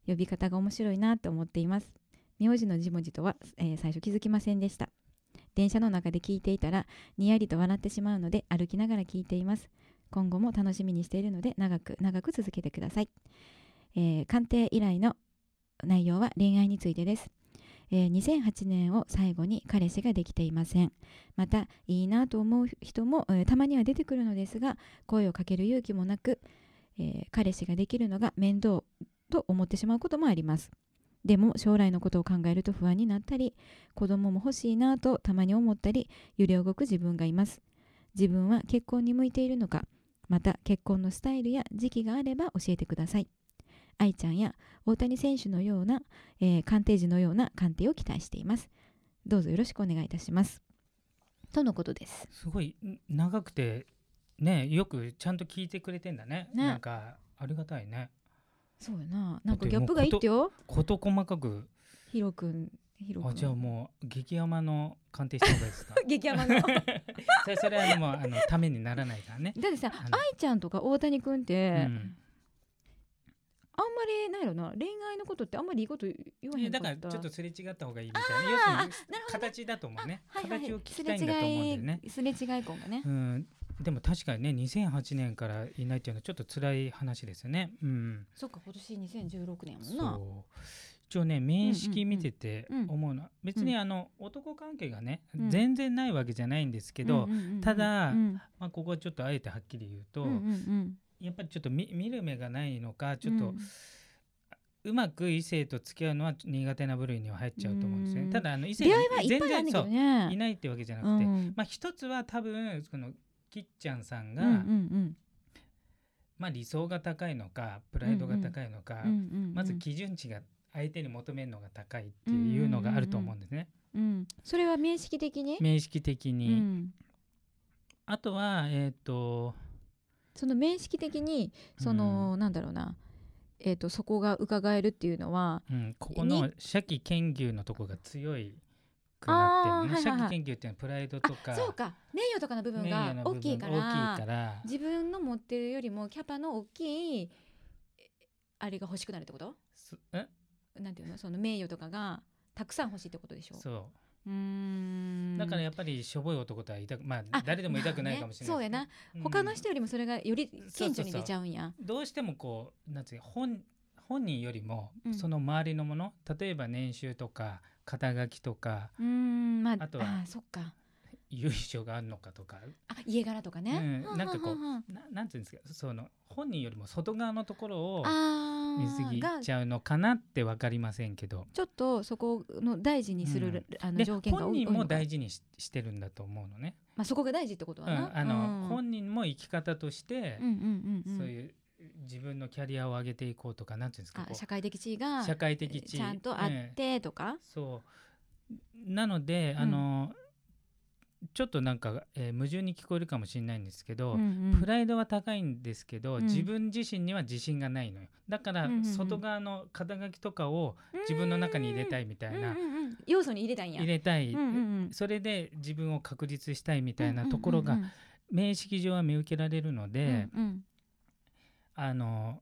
Speaker 1: 呼び方が面白いなと思っています名字の字文字とは、えー最初気づきませんでした電車の中で聞いていたらにやりと笑ってしまうので歩きながら聞いています今後も楽しみにしているので長く長く続けてください、えー鑑定以来の内容は恋愛についてです、えー2008年を最後に彼氏ができていませんまたいいなと思う人も、えーたまには出てくるのですが声をかける勇気もなく、えー彼氏ができるのが面倒と思ってしまうこともありますでも将来のことを考えると不安になったり子供も欲しいなとたまに思ったり揺れ動く自分がいます自分は結婚に向いているのかまた結婚のスタイルや時期があれば教えてください愛ちゃんや大谷選手のような、えー鑑定時のような鑑定を期待していますどうぞよろしくお願いいたしますとのことです
Speaker 2: すごいん長くてねよくちゃんと聞いてくれてんだね
Speaker 1: ね
Speaker 2: なんかありがたいね
Speaker 1: そうやななんかギャップがいいってよ
Speaker 2: 事細かく
Speaker 1: ヒロ君ヒロ
Speaker 2: あじゃあ
Speaker 1: 君
Speaker 2: もう激甘の鑑定した方がいいですか
Speaker 1: 激
Speaker 2: *laughs*
Speaker 1: 甘のだ
Speaker 2: それそれはでもあのためにならないからね、
Speaker 1: ってさ
Speaker 2: あの
Speaker 1: 愛ちゃんとか大谷君って、
Speaker 2: うん
Speaker 1: あんまりないやろな恋愛のことってあんまりいいこと言わへ
Speaker 2: え
Speaker 1: んか
Speaker 2: だ
Speaker 1: った
Speaker 2: からちょっとすれ違った方がいいみたいな要するに
Speaker 1: なるほどね
Speaker 2: 形だと思うね、
Speaker 1: はいはいはい
Speaker 2: 形を聞きたいんだと思うんだよね
Speaker 1: すれ違いすれ違い婚がね
Speaker 2: うんでも確かにね2008年からいないっていうのはちょっと辛い話ですよねうん
Speaker 1: そっか今年2016年やもんな
Speaker 2: そう一応ね面
Speaker 1: うんうんう
Speaker 2: 識
Speaker 1: ん
Speaker 2: 見てて
Speaker 1: うん
Speaker 2: 思うのは、別にあの男関係がね、
Speaker 1: うん
Speaker 2: 全然ないわけじゃないんですけど、
Speaker 1: うんうんうんうん
Speaker 2: ただ
Speaker 1: うん
Speaker 2: まあ、ここはちょっとあえてはっきり言うと、
Speaker 1: うんうんうん
Speaker 2: やっぱりちょっと見見る目がないのかちょっ
Speaker 1: う
Speaker 2: と
Speaker 1: ん
Speaker 2: うまく異性と付き合うのは苦手な部類には入っちゃうと思うんですよ
Speaker 1: うん
Speaker 2: ね。ただあの異性
Speaker 1: 出会いはいっぱいあるんだけど
Speaker 2: そう
Speaker 1: ね
Speaker 2: いないってわけじゃな
Speaker 1: う
Speaker 2: くて、
Speaker 1: ん
Speaker 2: まあ一つは多分このきっちゃんさんが、
Speaker 1: うんうん
Speaker 2: まあ理想が高いのかプライドが高いのか、
Speaker 1: うんうんうん
Speaker 2: まず基準値が相手に求めるのが高いっていうのがあると思うんですね、
Speaker 1: うんそれは面識的に
Speaker 2: 面識的
Speaker 1: う
Speaker 2: に。
Speaker 1: ん
Speaker 2: あとはえっ、と
Speaker 1: その面識的にそのなんだろうなえっとそこが伺えるっていうのは
Speaker 2: うん、ここの
Speaker 1: に
Speaker 2: シャキ研究のとこが強いくなってる
Speaker 1: あー
Speaker 2: ね。
Speaker 1: はい
Speaker 2: シ
Speaker 1: はいは
Speaker 2: ャ
Speaker 1: い
Speaker 2: キ研究っていうのはプライドと
Speaker 1: あ
Speaker 2: か
Speaker 1: そうか名誉とかの部分
Speaker 2: 名誉
Speaker 1: が
Speaker 2: の部
Speaker 1: 大
Speaker 2: 分
Speaker 1: きいか
Speaker 2: 大きい
Speaker 1: ら
Speaker 2: から
Speaker 1: 自分の持ってるよりもキャパの大きいえあれが欲しくなるってこと
Speaker 2: そえ
Speaker 1: なんていうのその名誉とかがたくさん欲しいってことでしょ
Speaker 2: そう
Speaker 1: うーん
Speaker 2: だからやっぱりしょぼい男とは言いたくまあ
Speaker 1: あ
Speaker 2: 誰でも痛くないかもしれな
Speaker 1: ま
Speaker 2: い、
Speaker 1: あねそうやな、
Speaker 2: うん
Speaker 1: 他の人よりもそれがより顕著に
Speaker 2: そうそうそう
Speaker 1: 出ちゃうんや
Speaker 2: どうしてもこうなんていうの本本人よりも
Speaker 1: うん
Speaker 2: その周りのもの、例えば年収とか肩書きとか
Speaker 1: うーんまあ
Speaker 2: あとは
Speaker 1: あそっか
Speaker 2: 由緒があるのかとか
Speaker 1: あ家柄とかね、
Speaker 2: うんなんかこ
Speaker 1: はは
Speaker 2: う
Speaker 1: はは
Speaker 2: ななんていうんですかその本人よりも外側のところを
Speaker 1: あ
Speaker 2: 見
Speaker 1: ー
Speaker 2: 過
Speaker 1: が
Speaker 2: ぎちゃうのかなって分かりませんけど
Speaker 1: ちょっとそこの大事にする、
Speaker 2: うん
Speaker 1: あの
Speaker 2: で
Speaker 1: 条件が多
Speaker 2: 本
Speaker 1: い
Speaker 2: 人も大
Speaker 1: 事、
Speaker 2: 事にししてるんだと思うのね。
Speaker 1: まあ、そこが大事ってこと
Speaker 2: う
Speaker 1: は
Speaker 2: ん、
Speaker 1: な、
Speaker 2: あの、
Speaker 1: うん
Speaker 2: 本人も生き方として、
Speaker 1: うんうんうんうん
Speaker 2: そういう自分のキャリアを上げていこうとかなんていうんですか
Speaker 1: あ
Speaker 2: こう
Speaker 1: 社会的地位が
Speaker 2: 社会的地位
Speaker 1: ちゃんとあ
Speaker 2: え
Speaker 1: っ
Speaker 2: え
Speaker 1: てとか、
Speaker 2: そうなので、
Speaker 1: うん
Speaker 2: あのちょっとなんか、えー矛盾に聞こえるかもしれないんですけど、
Speaker 1: うんうん
Speaker 2: プライドは高いんですけど、
Speaker 1: うん
Speaker 2: 自分自身には自信がないのよだから
Speaker 1: うんうんうん
Speaker 2: 外側の肩書きとかを自分の中に入れたいみたいな、
Speaker 1: うんうんうん要素に入れたんや
Speaker 2: 入れたい、
Speaker 1: うんうんうん
Speaker 2: それで自分を確立したいみたいなところが面識上は見受けられるので、
Speaker 1: うんうん
Speaker 2: あの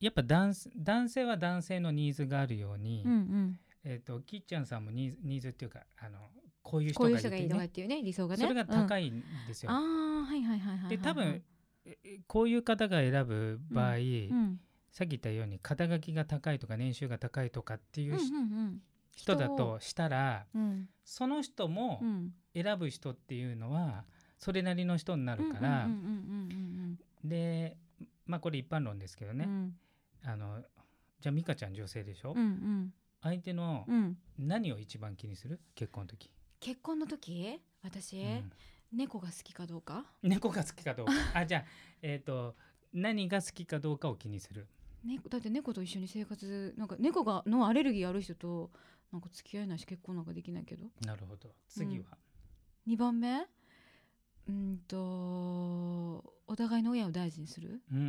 Speaker 2: やっぱ男男性は男性のニーズがあるように、
Speaker 1: うんうん
Speaker 2: えー、ときっちゃんさんもニーズニーズっていうかあのこういう人
Speaker 1: こう
Speaker 2: が
Speaker 1: い
Speaker 2: い
Speaker 1: 人
Speaker 2: うて
Speaker 1: がいいとかっ
Speaker 2: ね
Speaker 1: ていうね理想がね
Speaker 2: それが高
Speaker 1: い、
Speaker 2: いんで
Speaker 1: う
Speaker 2: すよ
Speaker 1: ん。ああはいはいはいはいはいはい
Speaker 2: で多分えこういう方が選ぶ場合、
Speaker 1: うん
Speaker 2: さっき言ったように肩書きが高いとか年収が高いとかってい
Speaker 1: うん
Speaker 2: う
Speaker 1: う
Speaker 2: し
Speaker 1: ん
Speaker 2: 人だとしたら
Speaker 1: うんうん
Speaker 2: その人も
Speaker 1: うん
Speaker 2: 選ぶ人っていうのはそれなりの人になるか
Speaker 1: う
Speaker 2: ら
Speaker 1: んうんうん
Speaker 2: でまあこれ一般論ですけど
Speaker 1: うんうん
Speaker 2: ね、あのじゃあ美香ちゃん女性でしょ、
Speaker 1: うんうん
Speaker 2: 相手の
Speaker 1: うんうん
Speaker 2: 何を一番気にする結婚の時、
Speaker 1: 結婚の時私、
Speaker 2: うん
Speaker 1: 猫が好きかどうか
Speaker 2: 猫が好きかどうかあじゃあえっ、と何が好きかどうかを気にする
Speaker 1: 猫だって猫と一緒に生活なんか猫がのアレルギーある人となんか付き合えないし結婚なんかできないけど
Speaker 2: なるほど次は、
Speaker 1: 2番目うんとお互いの親を大事にする、
Speaker 2: うん、うんう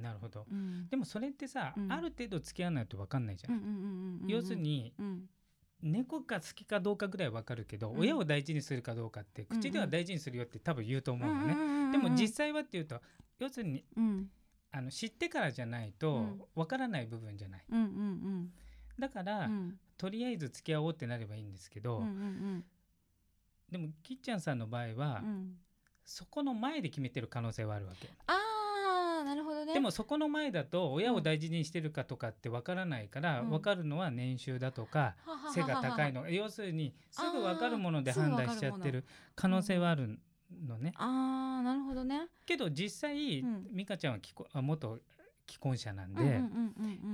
Speaker 2: んなるほど
Speaker 1: うん、
Speaker 2: でもそれってさ、
Speaker 1: うん
Speaker 2: ある程度付き合わないと分かんないじゃん、
Speaker 1: うんうんうんうんうん
Speaker 2: 要するに
Speaker 1: うん
Speaker 2: 猫が好きかどうかぐらい分かるけど、
Speaker 1: うん
Speaker 2: 親を大事にするかどうかって
Speaker 1: んうん
Speaker 2: 口では大事にするよって多分言うと思うのね、
Speaker 1: ね
Speaker 2: でも実際はっていうと要するに
Speaker 1: うん
Speaker 2: あの知ってからじゃないうと
Speaker 1: ん
Speaker 2: 分からない部分じゃない、
Speaker 1: うんうん
Speaker 2: だか
Speaker 1: うんう
Speaker 2: ら、
Speaker 1: ん
Speaker 2: とりあえず付き合おうってなればいいんですけ
Speaker 1: う
Speaker 2: ど、
Speaker 1: んうん
Speaker 2: でもきっちゃんさんの場合は、
Speaker 1: うん
Speaker 2: そこの前で決めてる可能性はあるわけ、
Speaker 1: あーなるほどね
Speaker 2: でもそこの前だと親を大事にしてるかとかって分からないから、
Speaker 1: うん
Speaker 2: 分かるのは年収だとか、
Speaker 1: はははは
Speaker 2: 背が高いの要するにすぐ分かるもので
Speaker 1: あーすぐ
Speaker 2: 判
Speaker 1: 分かる
Speaker 2: 断しちゃってる可能性はあるのね、
Speaker 1: あーなるほどね
Speaker 2: けど実際、
Speaker 1: うん
Speaker 2: 美香ちゃんは既婚あ元既婚者なんで、
Speaker 1: うんうんうんうんう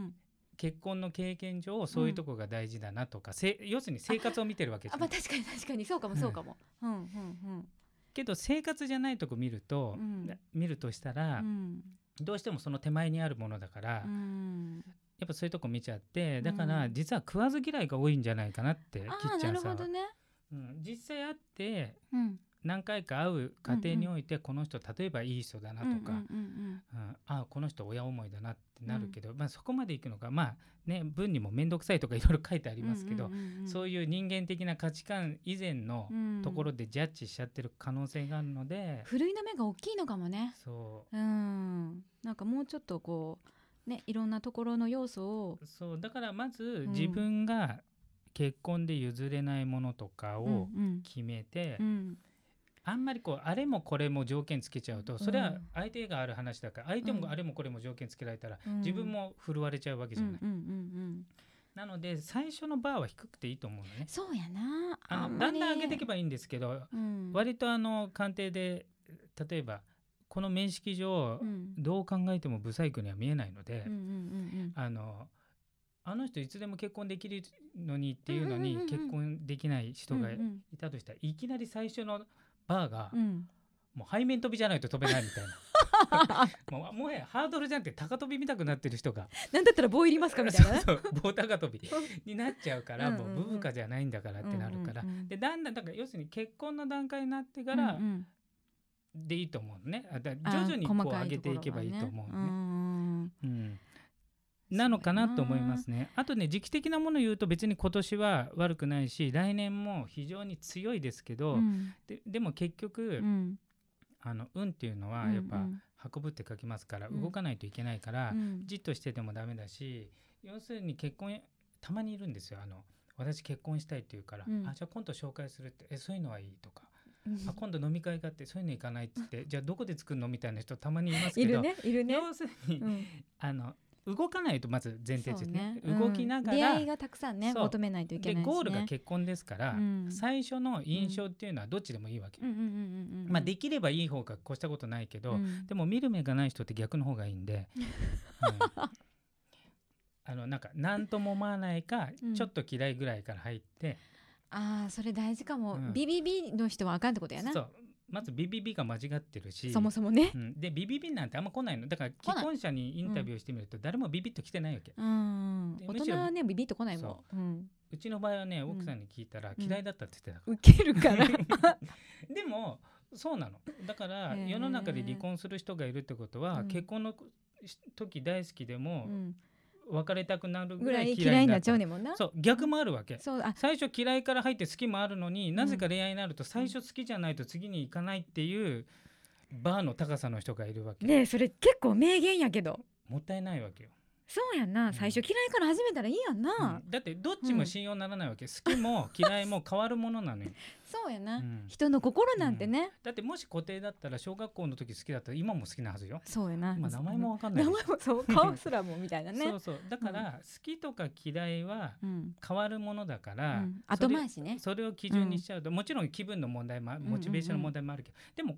Speaker 1: ん
Speaker 2: 結婚の経験上そういうとこが大事だなとか、せ要するに生活を見てるわけじ
Speaker 1: あ
Speaker 2: ゃ
Speaker 1: ま
Speaker 2: な
Speaker 1: あ
Speaker 2: い
Speaker 1: 確かに確かにそうかもそうかもうんうん
Speaker 2: けど生活じゃないとこ見ると、
Speaker 1: うん
Speaker 2: 見るとした
Speaker 1: う
Speaker 2: ら、
Speaker 1: ん
Speaker 2: どうしてもその手前にあるものだから、
Speaker 1: うんうん
Speaker 2: やっぱそういうとこ見ちゃってだか
Speaker 1: う
Speaker 2: ら
Speaker 1: ん
Speaker 2: 実は食わず嫌いが多いんじゃないかなって、きっ
Speaker 1: ああ
Speaker 2: ちゃ
Speaker 1: なんる
Speaker 2: さ
Speaker 1: ほ
Speaker 2: んは
Speaker 1: ど、ね
Speaker 2: うん、実際会って
Speaker 1: うん
Speaker 2: 何回か会う家庭において、この人例えばいい人だなと
Speaker 1: うんうん
Speaker 2: か、うんあこの人親思いだなってなるけど、まあ、そこまでいくのかまあね文にも面倒くさいとかいろいろ書いてあ
Speaker 1: う
Speaker 2: り
Speaker 1: ん
Speaker 2: ますけど、
Speaker 1: うんうんうん
Speaker 2: そういう人間的な価値観以前の
Speaker 1: うん
Speaker 2: ところでジャッジしちゃってる可能性があるので、
Speaker 1: ふるいの目が大きいのかもね
Speaker 2: そ
Speaker 1: うんなんかもうちょっとこうねいろんなところの要素を
Speaker 2: うそうだからまず
Speaker 1: ん
Speaker 2: 自分が結婚で譲れないものとか
Speaker 1: うん
Speaker 2: を
Speaker 1: うん
Speaker 2: 決めて、
Speaker 1: うん
Speaker 2: あんまりこうあれもこれも条件つけちゃうとそれ
Speaker 1: う
Speaker 2: は
Speaker 1: ん
Speaker 2: 相手がある話だから相手
Speaker 1: うん
Speaker 2: もあれもこれも条件つけられたら、
Speaker 1: うん
Speaker 2: 自分も振るわれちゃうわけ
Speaker 1: う
Speaker 2: じゃな
Speaker 1: ん
Speaker 2: い、
Speaker 1: うんうん
Speaker 2: なので最初のバーは低くていいと思うのね
Speaker 1: そうやな
Speaker 2: あ
Speaker 1: あ
Speaker 2: の
Speaker 1: ま
Speaker 2: だ
Speaker 1: り
Speaker 2: んだん上げていけばいいんですけど、
Speaker 1: うん
Speaker 2: 割とあの鑑定で例えばこの面識上、
Speaker 1: うん
Speaker 2: どう考えてもブサイクには見えないので、
Speaker 1: うんうんうん
Speaker 2: あのあの人いつでも結婚できるのにっていうの
Speaker 1: うん
Speaker 2: に
Speaker 1: うんうんうん
Speaker 2: 結婚できない人
Speaker 1: うん
Speaker 2: が
Speaker 1: う
Speaker 2: い
Speaker 1: ん
Speaker 2: たとしたらいきなり最初のバーが
Speaker 1: うんうん *laughs*
Speaker 2: もう背面飛びじゃないと飛べないみたいな。もうもはやハードルじゃなくて高飛び見たくなってる
Speaker 1: *laughs*
Speaker 2: 人が
Speaker 1: なんだったら棒いりますかみたいなね
Speaker 2: *laughs* そうそう棒高跳びになっちゃうから
Speaker 1: うんうん
Speaker 2: も
Speaker 1: うん
Speaker 2: うブブカじゃないんだからってなるから
Speaker 1: うんうんうん
Speaker 2: でだんだんだから要するに結婚の段階になってから
Speaker 1: うんうん
Speaker 2: でいいと思うのねあだ
Speaker 1: あ
Speaker 2: 徐々にこう
Speaker 1: 細か
Speaker 2: 上げていけばいいと
Speaker 1: とこ
Speaker 2: 思
Speaker 1: ろ
Speaker 2: う
Speaker 1: が
Speaker 2: の
Speaker 1: ね
Speaker 2: ね。
Speaker 1: ん
Speaker 2: うんなのかなと思いますね。あとね時期的なもの言うと別に今年は悪くないし来年も非常に強いですけど、
Speaker 1: うん
Speaker 2: ででも結局、
Speaker 1: うん
Speaker 2: あの運っていうのはやっぱ
Speaker 1: うん
Speaker 2: 運ぶって書きますから
Speaker 1: うん
Speaker 2: 動かないといけないから、
Speaker 1: うん
Speaker 2: じっとしててもダメだし要するに結婚たまにいるんですよあの私結婚したいって言うから、
Speaker 1: うん
Speaker 2: あじゃあ今度紹介するってえそういうのはいいとか、
Speaker 1: うん
Speaker 2: あ今度飲み会があってそういうの行かないって言
Speaker 1: *laughs*
Speaker 2: ってじゃあどこで作るのみたいな人たまにいますけ
Speaker 1: い
Speaker 2: ど
Speaker 1: るねいるね
Speaker 2: 要するに、
Speaker 1: うん
Speaker 2: あの動かないとまず前提ですね
Speaker 1: そうね
Speaker 2: 動きながら、
Speaker 1: うん出会いがたくさんね
Speaker 2: そう
Speaker 1: 求めないといけ
Speaker 2: で
Speaker 1: ないしね
Speaker 2: ゴールが結婚ですから、
Speaker 1: うん
Speaker 2: 最初の印象っていうのはどっちでもいいわけ、
Speaker 1: うんうんうんうんうん
Speaker 2: まあ、できればいい方が越したことないけど、
Speaker 1: うん
Speaker 2: でも見る目がない人って逆の方がいいん
Speaker 1: *laughs*
Speaker 2: で、うんあのなんか何とも思わないか、
Speaker 1: うん
Speaker 2: ちょっと嫌いぐらいから入って
Speaker 1: ああそれ大事かも、
Speaker 2: うん
Speaker 1: BBB の人はあかんってことやな
Speaker 2: そうまずビビビが間違ってるし
Speaker 1: そもそもね
Speaker 2: うん、でビビビなんてあんま来ないのだから
Speaker 1: ない
Speaker 2: 既婚者にインタビューしてみると誰もビビッと来てないわけ、う
Speaker 1: うん
Speaker 2: で
Speaker 1: 大
Speaker 2: むし
Speaker 1: 人
Speaker 2: ろ
Speaker 1: はねビビッとこないもん
Speaker 2: ちの場合はね
Speaker 1: ん
Speaker 2: 奥さんに聞いたら
Speaker 1: うん
Speaker 2: 嫌いだったって言ってたか
Speaker 1: うんウケるからら
Speaker 2: *laughs* でもそうなのだから
Speaker 1: へー
Speaker 2: 世の中で離婚する人がいるってことは、
Speaker 1: うん
Speaker 2: 結婚の時大好きで
Speaker 1: う
Speaker 2: も
Speaker 1: ん
Speaker 2: 別れたくなるぐ
Speaker 1: ぐ
Speaker 2: ら
Speaker 1: らい
Speaker 2: い嫌
Speaker 1: 嫌
Speaker 2: い
Speaker 1: いに
Speaker 2: にな
Speaker 1: な
Speaker 2: っ
Speaker 1: っ
Speaker 2: ち
Speaker 1: ち
Speaker 2: ゃ
Speaker 1: ゃ
Speaker 2: う
Speaker 1: うねもんな
Speaker 2: そう逆もあるわけ
Speaker 1: そうあ
Speaker 2: 最初嫌いから入って好きもあるのになぜか恋愛になると最初好きじゃないと次に行かないっていうバーの高さの人がいるわけ、
Speaker 1: ねえそれ結構名言やけど
Speaker 2: もったいないわけよ、
Speaker 1: そうやんな最初嫌いから始めたらいいやんな、
Speaker 2: うんだってどっちも信用ならないわけ、好きも嫌いも変わるものな
Speaker 1: *laughs*
Speaker 2: のよ
Speaker 1: そうやな、
Speaker 2: うん
Speaker 1: 人の心なんてね、
Speaker 2: だってもし固定だったら小学校の時好きだったら今も好きなはずよ
Speaker 1: そうやな
Speaker 2: 今名前もわかんない
Speaker 1: 名
Speaker 2: で
Speaker 1: 前
Speaker 2: し
Speaker 1: もそう顔すらもみたいな
Speaker 2: ょ、
Speaker 1: ね
Speaker 2: そうそうだから好きとか嫌いは
Speaker 1: うん
Speaker 2: 変わるものだか
Speaker 1: う
Speaker 2: ら、
Speaker 1: ん、
Speaker 2: そ
Speaker 1: 後
Speaker 2: れ
Speaker 1: 回しね
Speaker 2: それを基準にしちゃうと、もちろん気分の問題もあモチベーションの問題もあるけど、でも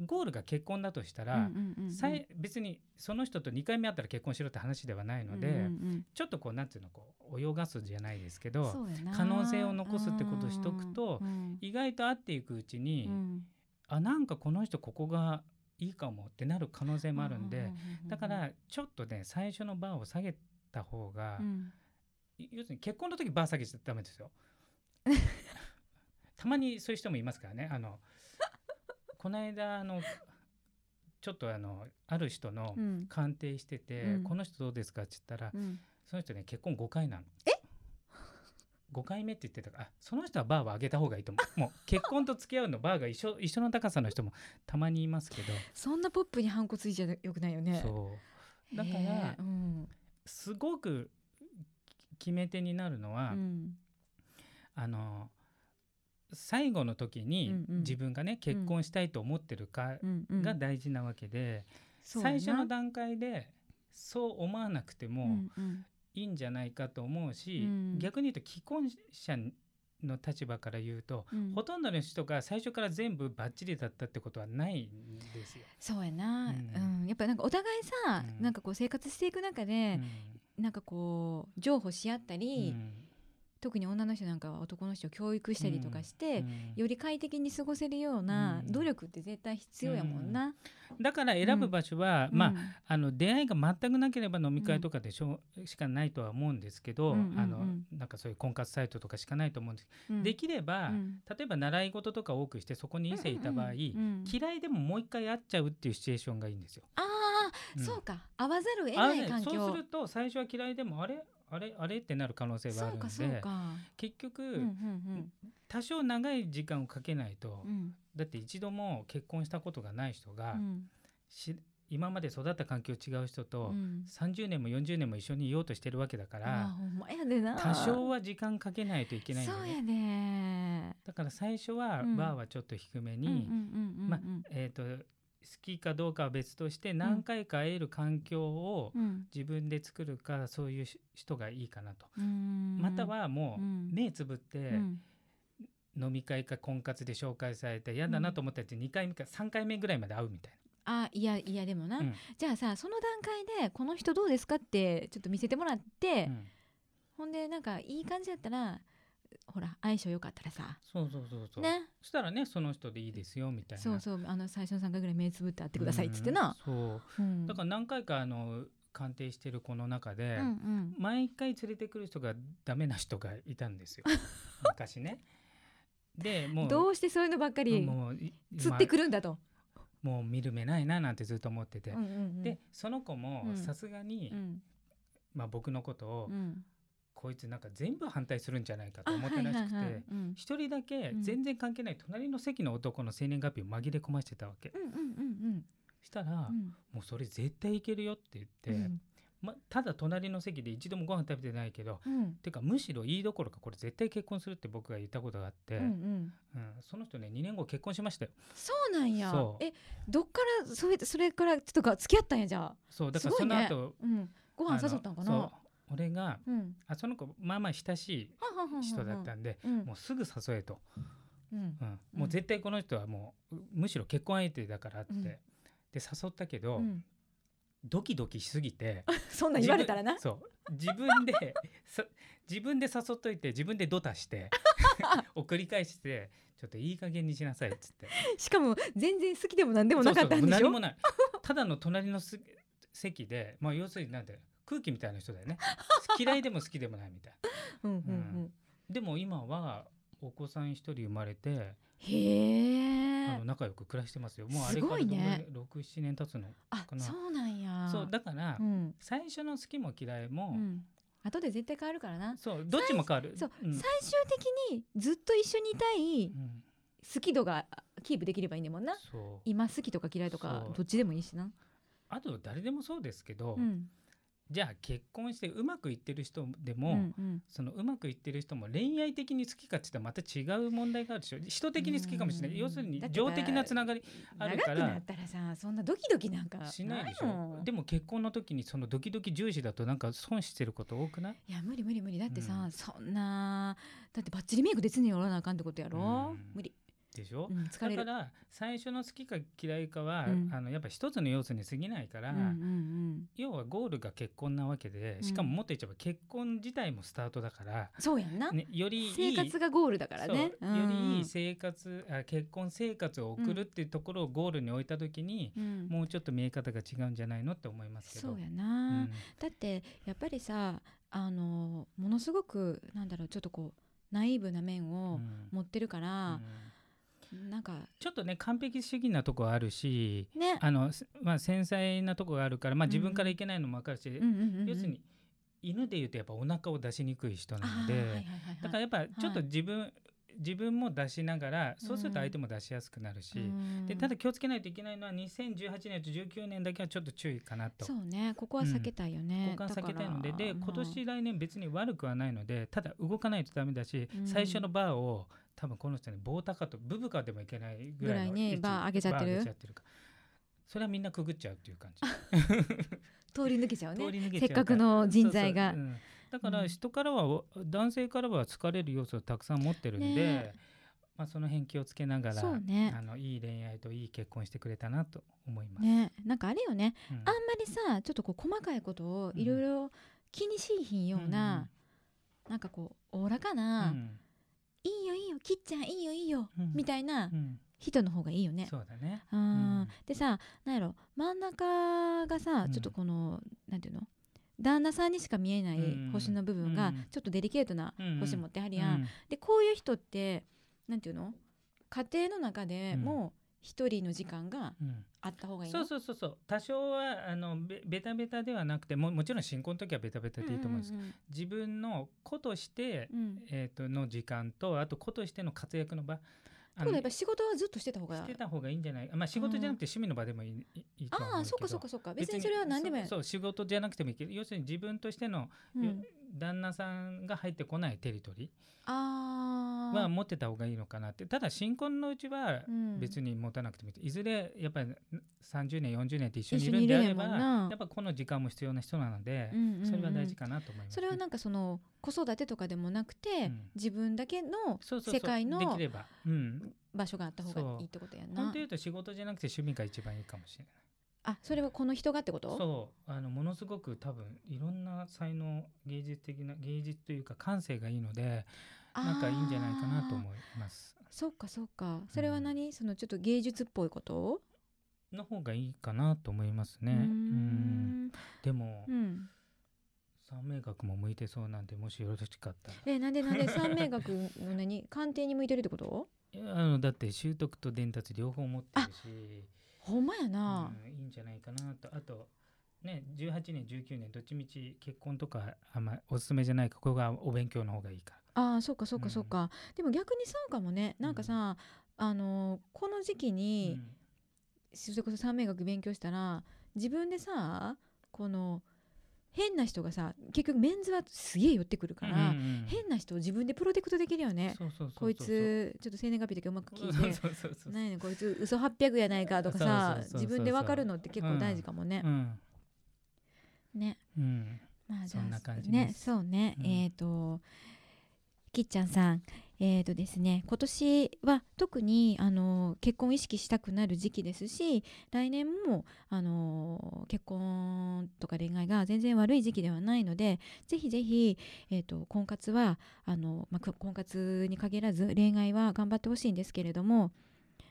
Speaker 2: ゴールが結婚だとしたら、
Speaker 1: うんうんうんうん
Speaker 2: さい別にその人と2回目会ったら結婚しろって話ではないので、
Speaker 1: うんうん
Speaker 2: ちょっとこうなんていうのこう泳がすじゃないですけ
Speaker 1: うん
Speaker 2: ど
Speaker 1: そうやな
Speaker 2: 可能性を残すってことをしとくと
Speaker 1: うん
Speaker 2: 意外と会っていくうちに、
Speaker 1: うん
Speaker 2: あなんかこの人ここがいいかもってなる可能性もあるんで、
Speaker 1: ううううん
Speaker 2: だからちょっとね最初のバーを下げた方が
Speaker 1: うん
Speaker 2: 要するに結婚の時バー下げちゃダメで
Speaker 1: *laughs*
Speaker 2: すよたまにそういう人もいますからね
Speaker 1: *laughs*
Speaker 2: あのこの間あのちょっとあのある人の
Speaker 1: うん
Speaker 2: 鑑定してて、
Speaker 1: うん
Speaker 2: この人どうですかって言ったら、
Speaker 1: うん
Speaker 2: その人ね結婚5回なのえ5回目って言ってたからあその人はバーは上げた方がいいと思うも
Speaker 1: *laughs*
Speaker 2: う結婚と付き合うのバーが一緒一緒の高さの人もたまにいますけど、
Speaker 1: そんなポップにハンコついちゃよくないよね
Speaker 2: そうだか
Speaker 1: へ
Speaker 2: ら
Speaker 1: えうん
Speaker 2: すごく決め手になるのは、
Speaker 1: うん
Speaker 2: あの最後の時に
Speaker 1: うんうん
Speaker 2: 自分がね、結婚したいと思ってるか
Speaker 1: うんうん
Speaker 2: が大事なわけで、
Speaker 1: そうや
Speaker 2: 最
Speaker 1: な
Speaker 2: 初の段階でそう思わなくて
Speaker 1: う
Speaker 2: も
Speaker 1: んうん
Speaker 2: いいんじゃないかと思うし、
Speaker 1: うん
Speaker 2: 逆に言うと既婚者の立場から言うと、
Speaker 1: うん
Speaker 2: ほとんどの人が最初から全部バッチリだったってことはないんですよ。
Speaker 1: そうやな、う
Speaker 2: うんん
Speaker 1: やっぱなんかお互いさ、
Speaker 2: うん
Speaker 1: なんかこう生活していく中で、なんかこう譲歩し合ったり、特に女の人なんかは男の人を教育したりとかして、より快適に過ごせるような
Speaker 2: うん
Speaker 1: 努力って絶対必要やもんな。
Speaker 2: だから選ぶ場所は、まあ
Speaker 1: あ、
Speaker 2: あの出会いが全くなければ飲み会とかでしょ、しかないとは思うんですけど、
Speaker 1: うんうんうん
Speaker 2: あのなんかそういう婚活サイトとかしかないと思うんですけど、
Speaker 1: うん
Speaker 2: できれば、
Speaker 1: うん
Speaker 2: 例えば習い事とか多くしてそこに異性いた場合、
Speaker 1: うん
Speaker 2: 嫌いでももう一回会っちゃうっていうシチュエーションがいいんですよ。
Speaker 1: ああ、
Speaker 2: ん
Speaker 1: そうか、合わざるを得
Speaker 2: あ
Speaker 1: な
Speaker 2: の
Speaker 1: い
Speaker 2: ね
Speaker 1: 環
Speaker 2: そう
Speaker 1: 境
Speaker 2: す。ると最初は嫌いでもあれあれあれってなる可能性はあ
Speaker 1: そ
Speaker 2: る
Speaker 1: うんか、そう
Speaker 2: で
Speaker 1: か。
Speaker 2: 結局、
Speaker 1: うんうん
Speaker 2: 多少長い時間をかけないと、
Speaker 1: うんうん
Speaker 2: だって一度も結婚したことがない人が、
Speaker 1: うん
Speaker 2: し今まで育った環境違う人と、
Speaker 1: うん。
Speaker 2: 30年も40年も一緒にいようとしてるわけだか
Speaker 1: ああ、
Speaker 2: ら
Speaker 1: ほんまやでな。
Speaker 2: 多少は時間かけないといけないんだ
Speaker 1: そ
Speaker 2: よ
Speaker 1: う
Speaker 2: ね
Speaker 1: やね。
Speaker 2: だから最初は
Speaker 1: うん
Speaker 2: バーはちょっと低
Speaker 1: う
Speaker 2: め
Speaker 1: んうん
Speaker 2: に、
Speaker 1: うんうん
Speaker 2: まあえー、と好きかどうかは別として何回か会える環境を
Speaker 1: うん
Speaker 2: 自分で作るかそういうし人がいいかなと、
Speaker 1: うん
Speaker 2: またはも
Speaker 1: うん
Speaker 2: う目つぶって
Speaker 1: うん
Speaker 2: 飲み会か婚活で紹介されて嫌だなと思ったやつ2回目か3回目ぐらいまで会うみたい
Speaker 1: あいやいやでもな、
Speaker 2: な。うん
Speaker 1: じゃあさその段階でこの人どうですかってちょっと見せてもらって、
Speaker 2: うん
Speaker 1: ほんでなんかいい感じだったらほら相性良かったらさ
Speaker 2: そうそうそうそう、
Speaker 1: ね
Speaker 2: そしたらねその人でいいですよみたいな
Speaker 1: そうそうあの最初の3回ぐらい目つぶって会ってくださいっつってな、
Speaker 2: うんそう
Speaker 1: うん
Speaker 2: だから何回かあの鑑定してる子の中で、
Speaker 1: うんうん
Speaker 2: 毎回連れてくる人がダメな人がいたんですよ昔ね。でもう
Speaker 1: どうしてそういうのばっかり
Speaker 2: もうい
Speaker 1: 釣って
Speaker 2: ま
Speaker 1: くるんだと、
Speaker 2: あもう見る目ないななんてずっと思ってて、
Speaker 1: うんうんうん
Speaker 2: でその子も
Speaker 1: うん
Speaker 2: さすがに、
Speaker 1: うん
Speaker 2: まあ、僕のことを、
Speaker 1: うん
Speaker 2: こいつなんか全部反対するんじゃないか
Speaker 1: あ
Speaker 2: と思ったらしく
Speaker 1: はいはいはい
Speaker 2: て
Speaker 1: うん
Speaker 2: 一、人だけ
Speaker 1: ん
Speaker 2: 全然関係ない隣の席の男の生年月日を紛れ込ませてたわけ、
Speaker 1: うんうんうん
Speaker 2: したら、
Speaker 1: うんうん
Speaker 2: もうそれ絶対いけるよって言って、
Speaker 1: うん
Speaker 2: ま、ただ隣の席で一度もご飯食べてないけど
Speaker 1: うん
Speaker 2: てかむしろいいどころかこれ絶対結婚するって僕が言ったことがあって、
Speaker 1: う
Speaker 2: うんん
Speaker 1: うん
Speaker 2: その人ね2年後結婚しましたよ
Speaker 1: そうなんや
Speaker 2: そう
Speaker 1: えどっからそれそれからちょっとか付き合ったんやじゃあ、
Speaker 2: そうだか
Speaker 1: す
Speaker 2: ら
Speaker 1: ご
Speaker 2: そ
Speaker 1: い
Speaker 2: の
Speaker 1: ね
Speaker 2: 後、
Speaker 1: うん、ご
Speaker 2: あ
Speaker 1: 飯
Speaker 2: の
Speaker 1: 誘ったんか
Speaker 2: そ
Speaker 1: な
Speaker 2: う俺が
Speaker 1: うん
Speaker 2: あその子まあまあ親しい人だったんで、
Speaker 1: うん
Speaker 2: もうすぐ誘えと、
Speaker 1: うん
Speaker 2: うんもう絶対この人はもううむしろ結婚相手だからって、
Speaker 1: うん
Speaker 2: で誘ったけど、
Speaker 1: うん、
Speaker 2: ドキドキしすぎて
Speaker 1: そんなん言われたらな
Speaker 2: 自分そう自分で *laughs* さ自分で誘っといて自分でドタして
Speaker 1: *laughs*
Speaker 2: 送り返してちょっといい加減にしなさいっつって
Speaker 1: しかも全然好きでも何でもなかったんでし
Speaker 2: そうそう
Speaker 1: ょ
Speaker 2: 何もないただの隣のす席でまあ要するになんて空気みたいな人だよね嫌いでも好きでもないみたいな
Speaker 1: うんうんうん
Speaker 2: でも今はお子さん一人生まれて、
Speaker 1: へ
Speaker 2: あ
Speaker 1: え
Speaker 2: の仲良く暮らしてますよもうあれ
Speaker 1: す
Speaker 2: か
Speaker 1: ご
Speaker 2: ら
Speaker 1: いね
Speaker 2: 67年経つの
Speaker 1: あ
Speaker 2: かな
Speaker 1: そうなんや
Speaker 2: そうだから、
Speaker 1: うん
Speaker 2: 最初の好きも嫌いも、
Speaker 1: うん後で絶対変わるからな
Speaker 2: そうどっちも変わる
Speaker 1: そう、
Speaker 2: ん
Speaker 1: 最終的にずっと一緒にいたい
Speaker 2: うん
Speaker 1: 好き度がキープできればいいねもんな
Speaker 2: そう
Speaker 1: 今好きとか嫌いとか
Speaker 2: そう
Speaker 1: どっちでもいいしな
Speaker 2: あと誰でもそうですけど、
Speaker 1: うん
Speaker 2: じゃあ結婚してうまくいってる人でも、
Speaker 1: うんうん
Speaker 2: そのうまくいってる人も恋愛的に好きかって言ったらまた違う問題があるでしょ人的に好きかもしれな
Speaker 1: うん
Speaker 2: い要するに
Speaker 1: だって
Speaker 2: 情的なつながりあ
Speaker 1: 長
Speaker 2: る
Speaker 1: く
Speaker 2: から
Speaker 1: なったらさそんなドキドキなんか
Speaker 2: しないでし
Speaker 1: も
Speaker 2: ょでも結婚の時にそのドキドキ重視だとなんか損してること多くない
Speaker 1: いや無理無理無理だってさ、
Speaker 2: うん
Speaker 1: そんなだってバッチリメイクで常にやらなあかんってことやろ、
Speaker 2: うん
Speaker 1: 無理
Speaker 2: でしょ
Speaker 1: う、ん、疲
Speaker 2: だ
Speaker 1: れ
Speaker 2: か
Speaker 1: る。
Speaker 2: ら最初の好きか嫌いかは、
Speaker 1: うん
Speaker 2: あのやっぱ一つの要素に過ぎないから、
Speaker 1: うんうん
Speaker 2: 要はゴールが結婚なわけでしかももっと言っちゃえば結婚自体もスタートだから、
Speaker 1: うん、そうやんな、
Speaker 2: ね、よりいい
Speaker 1: 生活がゴールだからね。
Speaker 2: そう
Speaker 1: うん
Speaker 2: よりいい生活あ結婚生活を送るっていうところをゴールに置いた時に、
Speaker 1: うん
Speaker 2: もうちょっと見え方が違うんじゃないのって思いますけど。
Speaker 1: そうやな、
Speaker 2: うん
Speaker 1: だってやっぱりさあのものすごくなんだろうちょっとこうナイーブな面
Speaker 2: う
Speaker 1: を
Speaker 2: ん
Speaker 1: 持ってるか
Speaker 2: う
Speaker 1: ら
Speaker 2: ん、
Speaker 1: なんか
Speaker 2: ちょっとね完璧主義なとこはあるし
Speaker 1: ね。
Speaker 2: あの、すまあ、繊細なとこがあるから、まあ、
Speaker 1: うん
Speaker 2: 自分からいけないのも分かるし、
Speaker 1: うんうんうんうん
Speaker 2: 要するに犬でいうとやっぱお腹を出しにくい人な
Speaker 1: あ
Speaker 2: の
Speaker 1: ー
Speaker 2: で、
Speaker 1: はいはいはいはい
Speaker 2: だからやっぱちょっと自分、自分も出しながらそうすると相手も出しやすくなるし、
Speaker 1: うん
Speaker 2: でただ気をつけないといけないのは2018年と19年だけはちょっと注意かなと。
Speaker 1: そうねここは避けたいよね。
Speaker 2: 交換避けたいので
Speaker 1: だから
Speaker 2: で
Speaker 1: まあ
Speaker 2: 今年来年別に悪くはないのでただ動かないとダメだし、
Speaker 1: うん
Speaker 2: 最初のバーを多分この人に棒高とブブカでもいけないぐらいの
Speaker 1: ぐらいに
Speaker 2: 位置
Speaker 1: バー上げちゃってる
Speaker 2: バー上げかそれはみんなくぐっちゃうっていう感じ、
Speaker 1: 通り抜けちゃう
Speaker 2: 通り抜
Speaker 1: ね。
Speaker 2: けち
Speaker 1: せ
Speaker 2: ゃう
Speaker 1: っかくの人材が
Speaker 2: そうそううんだか
Speaker 1: う
Speaker 2: ら
Speaker 1: ん
Speaker 2: 人からは、お男性からは疲れる要素をたくさん持ってるんで、
Speaker 1: ね
Speaker 2: まあ、その辺気をつけながら
Speaker 1: そうね
Speaker 2: あのいい恋愛といい結婚してくれたなと思います。
Speaker 1: ねなんかあれよね
Speaker 2: うん
Speaker 1: あんまりさちょっとこう細かいことをいろいろ気にしいひんような、なんかこうおおらか
Speaker 2: うん
Speaker 1: な、いいよいいよきっちゃんいいよいいよ、
Speaker 2: うん
Speaker 1: みたいな
Speaker 2: うんうん
Speaker 1: 人の方がいいよね。
Speaker 2: そうだね。
Speaker 1: う
Speaker 2: うんん
Speaker 1: でさなんやろ真ん中がさ
Speaker 2: うん
Speaker 1: ちょっとこの、なんていうの旦那さんにしか見えない
Speaker 2: うん
Speaker 1: 星の部分
Speaker 2: う
Speaker 1: が
Speaker 2: ん
Speaker 1: ちょっとデリケートな星持ってはるやん。
Speaker 2: うん
Speaker 1: でこういう人ってなんていうの家庭の中で
Speaker 2: うん
Speaker 1: もう一人の時間が
Speaker 2: うん
Speaker 1: あった方がいいの、
Speaker 2: そうそうそうそう多少はあのベベタベタではなくてももちろん新婚の時はベタベタでいいと思うんですけど、
Speaker 1: ん
Speaker 2: 自分の子として、
Speaker 1: うんうんうん
Speaker 2: えー、との時間とあと子としての活躍の場
Speaker 1: って
Speaker 2: あ
Speaker 1: こと
Speaker 2: の
Speaker 1: はやっぱ仕事はずっとしてた方が
Speaker 2: してた方がいいんじゃないまあ仕事じゃなくて趣味の場でもいい,、いいとは思うけ
Speaker 1: あ
Speaker 2: ど
Speaker 1: あそっかそっかそっか別にそれは何でもやる
Speaker 2: そうそう仕事じゃなくてもいいけど要するに自分としての、
Speaker 1: うん
Speaker 2: よ旦那さんが入ってこないテリトリ
Speaker 1: あ
Speaker 2: ー
Speaker 1: ー
Speaker 2: は持ってた方がいいのかなってただ新婚のうちは
Speaker 1: うん
Speaker 2: 別に持たなくてもいい、いずれやっぱり30年40年って一緒にいるんであれば
Speaker 1: 一緒にいるんやもんな
Speaker 2: やっぱこの時間も必要な人なので、
Speaker 1: うんうんうん
Speaker 2: それは大事かなと思います、
Speaker 1: それはなんかその子育てとかでもなくて、
Speaker 2: うん
Speaker 1: 自分だけの
Speaker 2: そうそうそう
Speaker 1: 世界
Speaker 2: で
Speaker 1: の
Speaker 2: きれば、うん、
Speaker 1: 場所があった方
Speaker 2: そ
Speaker 1: が
Speaker 2: う
Speaker 1: いいってことや
Speaker 2: 本
Speaker 1: な
Speaker 2: 当言うと仕事じゃなくて趣味が一番いいかもしれない
Speaker 1: あそれはこの人がってこと
Speaker 2: そうあのものすごく多分いろんな才能芸術的な芸術というか感性がいいので
Speaker 1: あー
Speaker 2: なんかいいんじゃないかなと思います
Speaker 1: そうかそうかそれは何、そのちょっと芸術っぽいこと
Speaker 2: の方がいいかなと思いますね
Speaker 1: うー
Speaker 2: うん
Speaker 1: ん
Speaker 2: でも、
Speaker 1: うん
Speaker 2: 三名学も向いてそうなんでもしよろしかったら
Speaker 1: えなんでなんで三名学の何鑑定に向いてるってこと
Speaker 2: いやあのだって習得と伝達両方持ってるし、
Speaker 1: ほんまやな、
Speaker 2: うん、いいんじゃないかなとあとね18年19年どっちみち結婚とかあんまおすすめじゃないここがお勉強の方がいいか
Speaker 1: ああそうかそうかそうか、でも逆にそうかもねなんかさ、あのこの時期
Speaker 2: ら、
Speaker 1: に、
Speaker 2: うん
Speaker 1: それこそ三名学勉強したら自分でさこの変な人がさ結局メンズはすげえ寄ってくるから、
Speaker 2: うんうんうん
Speaker 1: 変な人を自分でプロテクトできるよね。
Speaker 2: そうそうそうそう
Speaker 1: こいつちょっと生年月日だけうまく聞いて
Speaker 2: そうそうそうそう
Speaker 1: 何やねんこいつ嘘800やないかとかさ
Speaker 2: そうそうそうそうそう
Speaker 1: 自分で分かるのって結構大事かもね
Speaker 2: う。ん
Speaker 1: ね
Speaker 2: うん
Speaker 1: まあじゃあ
Speaker 2: そんな感じ
Speaker 1: ね
Speaker 2: です
Speaker 1: そうね、
Speaker 2: うん
Speaker 1: えっ、ときっちゃんさんえっ、とですね今年は特にあの結婚を意識したくなる時期ですし来年もあの結婚とか恋愛が全然悪い時期ではないのでぜひぜひ、えー、と婚活はあの、まあ、く婚活に限らず恋愛は頑張ってほしいんですけれども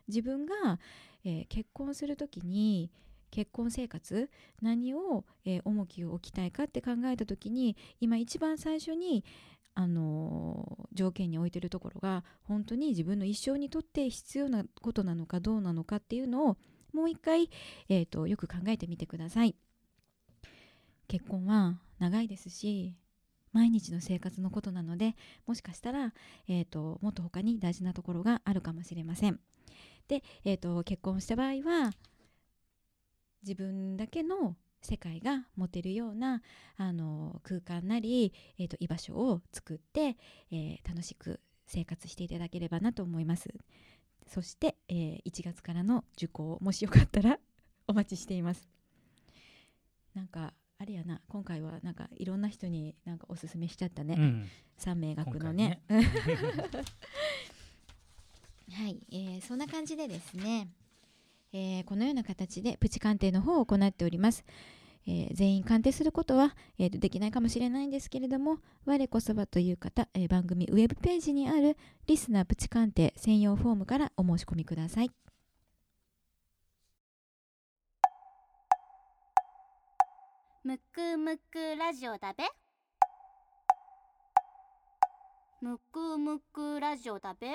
Speaker 1: 自分が、えー結婚するときに結婚生活何を、えー重きを置きたいかって考えた時に今一番最初に、あのー条件に置いてるところが本当に自分の一生にとって必要なことなのかどうなのかっていうのをもう一回、えー、とよく考えてみてください。結婚は長いですし毎日の生活のことなのでもしかしたら、えー、ともっと他に大事なところがあるかもしれません。で、えー、と結婚した場合は自分だけの世界が持てるようなあの空間なり、えー、と居場所を作って、えー楽しく生活していただければなと思いますそして、えー1月からの受講もしよかったら *laughs* お待ちしていますなんかあれやな今回はなんかいろんな人になんかおすすめしちゃったね、
Speaker 2: うん
Speaker 1: 三名学のね、
Speaker 2: 今回ね
Speaker 1: はい、えーそんな感じでですね、えーこのような形でプチ鑑定の方を行っております。えー全員鑑定することは、えーとできないかもしれないんですけれども我こそはという方、えー番組ウェブページにあるリスナープチ鑑定専用フォームからお申し込みください。
Speaker 3: むくむくラジオだべむくむくラジオだべ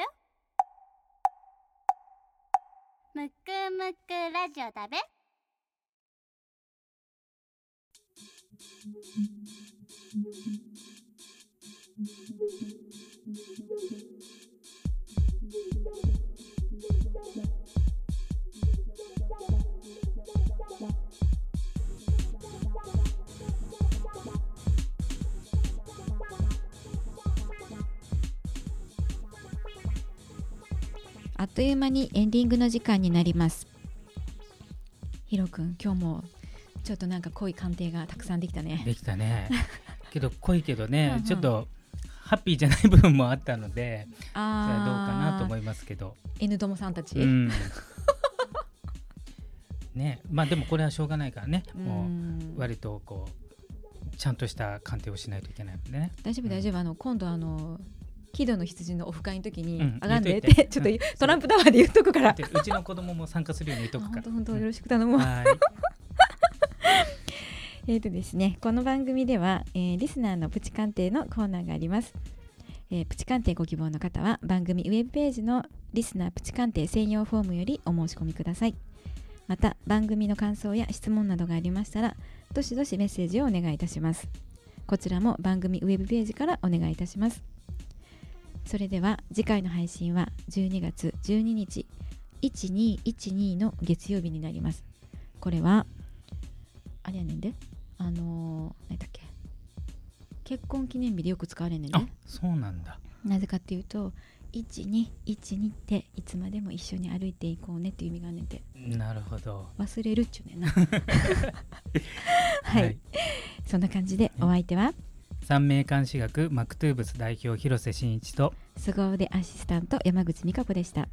Speaker 3: むくむくラジオだべ
Speaker 1: あっという間にエンディングの時間になります。ヒロ君今日もちょっとなんか濃い鑑定がたくさんできたね。
Speaker 2: *laughs* できたねけど濃いけど
Speaker 1: うんう
Speaker 2: ね
Speaker 1: ん
Speaker 2: ちょっとハッピーじゃない部分もあったのでそれはどうかなと思
Speaker 1: い
Speaker 2: いますけど
Speaker 1: N 友さんたち。
Speaker 2: うんねまあでもこれはしょうがないからねも
Speaker 1: うん
Speaker 2: う割とこうちゃんとした鑑定をしないといけないもんね
Speaker 1: 大丈夫大丈夫、あの今度あの喜怒の羊のオフ会の時に
Speaker 2: うん
Speaker 1: 「あがんで」っ
Speaker 2: 言っと
Speaker 1: て
Speaker 2: いて
Speaker 1: ちょっと
Speaker 2: うん
Speaker 1: トランプタワーで言っとくから
Speaker 2: でうちの子供も参加するように言っとくか
Speaker 1: 本
Speaker 2: ら
Speaker 1: 当本当よろしく頼むわ *laughs*
Speaker 2: はい
Speaker 1: えーとですねこの番組では、えーリスナーのプチ鑑定のコーナーがあります、えープチ鑑定ご希望の方は番組ウェブページのリスナープチ鑑定専用フォームよりお申し込みくださいまた番組の感想や質問などがありましたらどしどしメッセージをお願いいたしますこちらも番組ウェブページからお願いいたしますそれでは次回の配信は12月12日1212の月曜日になりますこれはあれやねんであのー、何だっけ結婚記念日でよく使われんねん
Speaker 2: あ
Speaker 1: ね
Speaker 2: そうなんだ
Speaker 1: なぜかっていうと1212っていつまでも一緒に歩いていこうねっていう意味があんねんて
Speaker 2: なるほど
Speaker 1: 忘れるっちゅうねんなはい、そんな感じでお相手は
Speaker 2: 三名監視学マクトゥーブス代表広瀬真一と
Speaker 1: 凄腕アシスタント山口美香子でした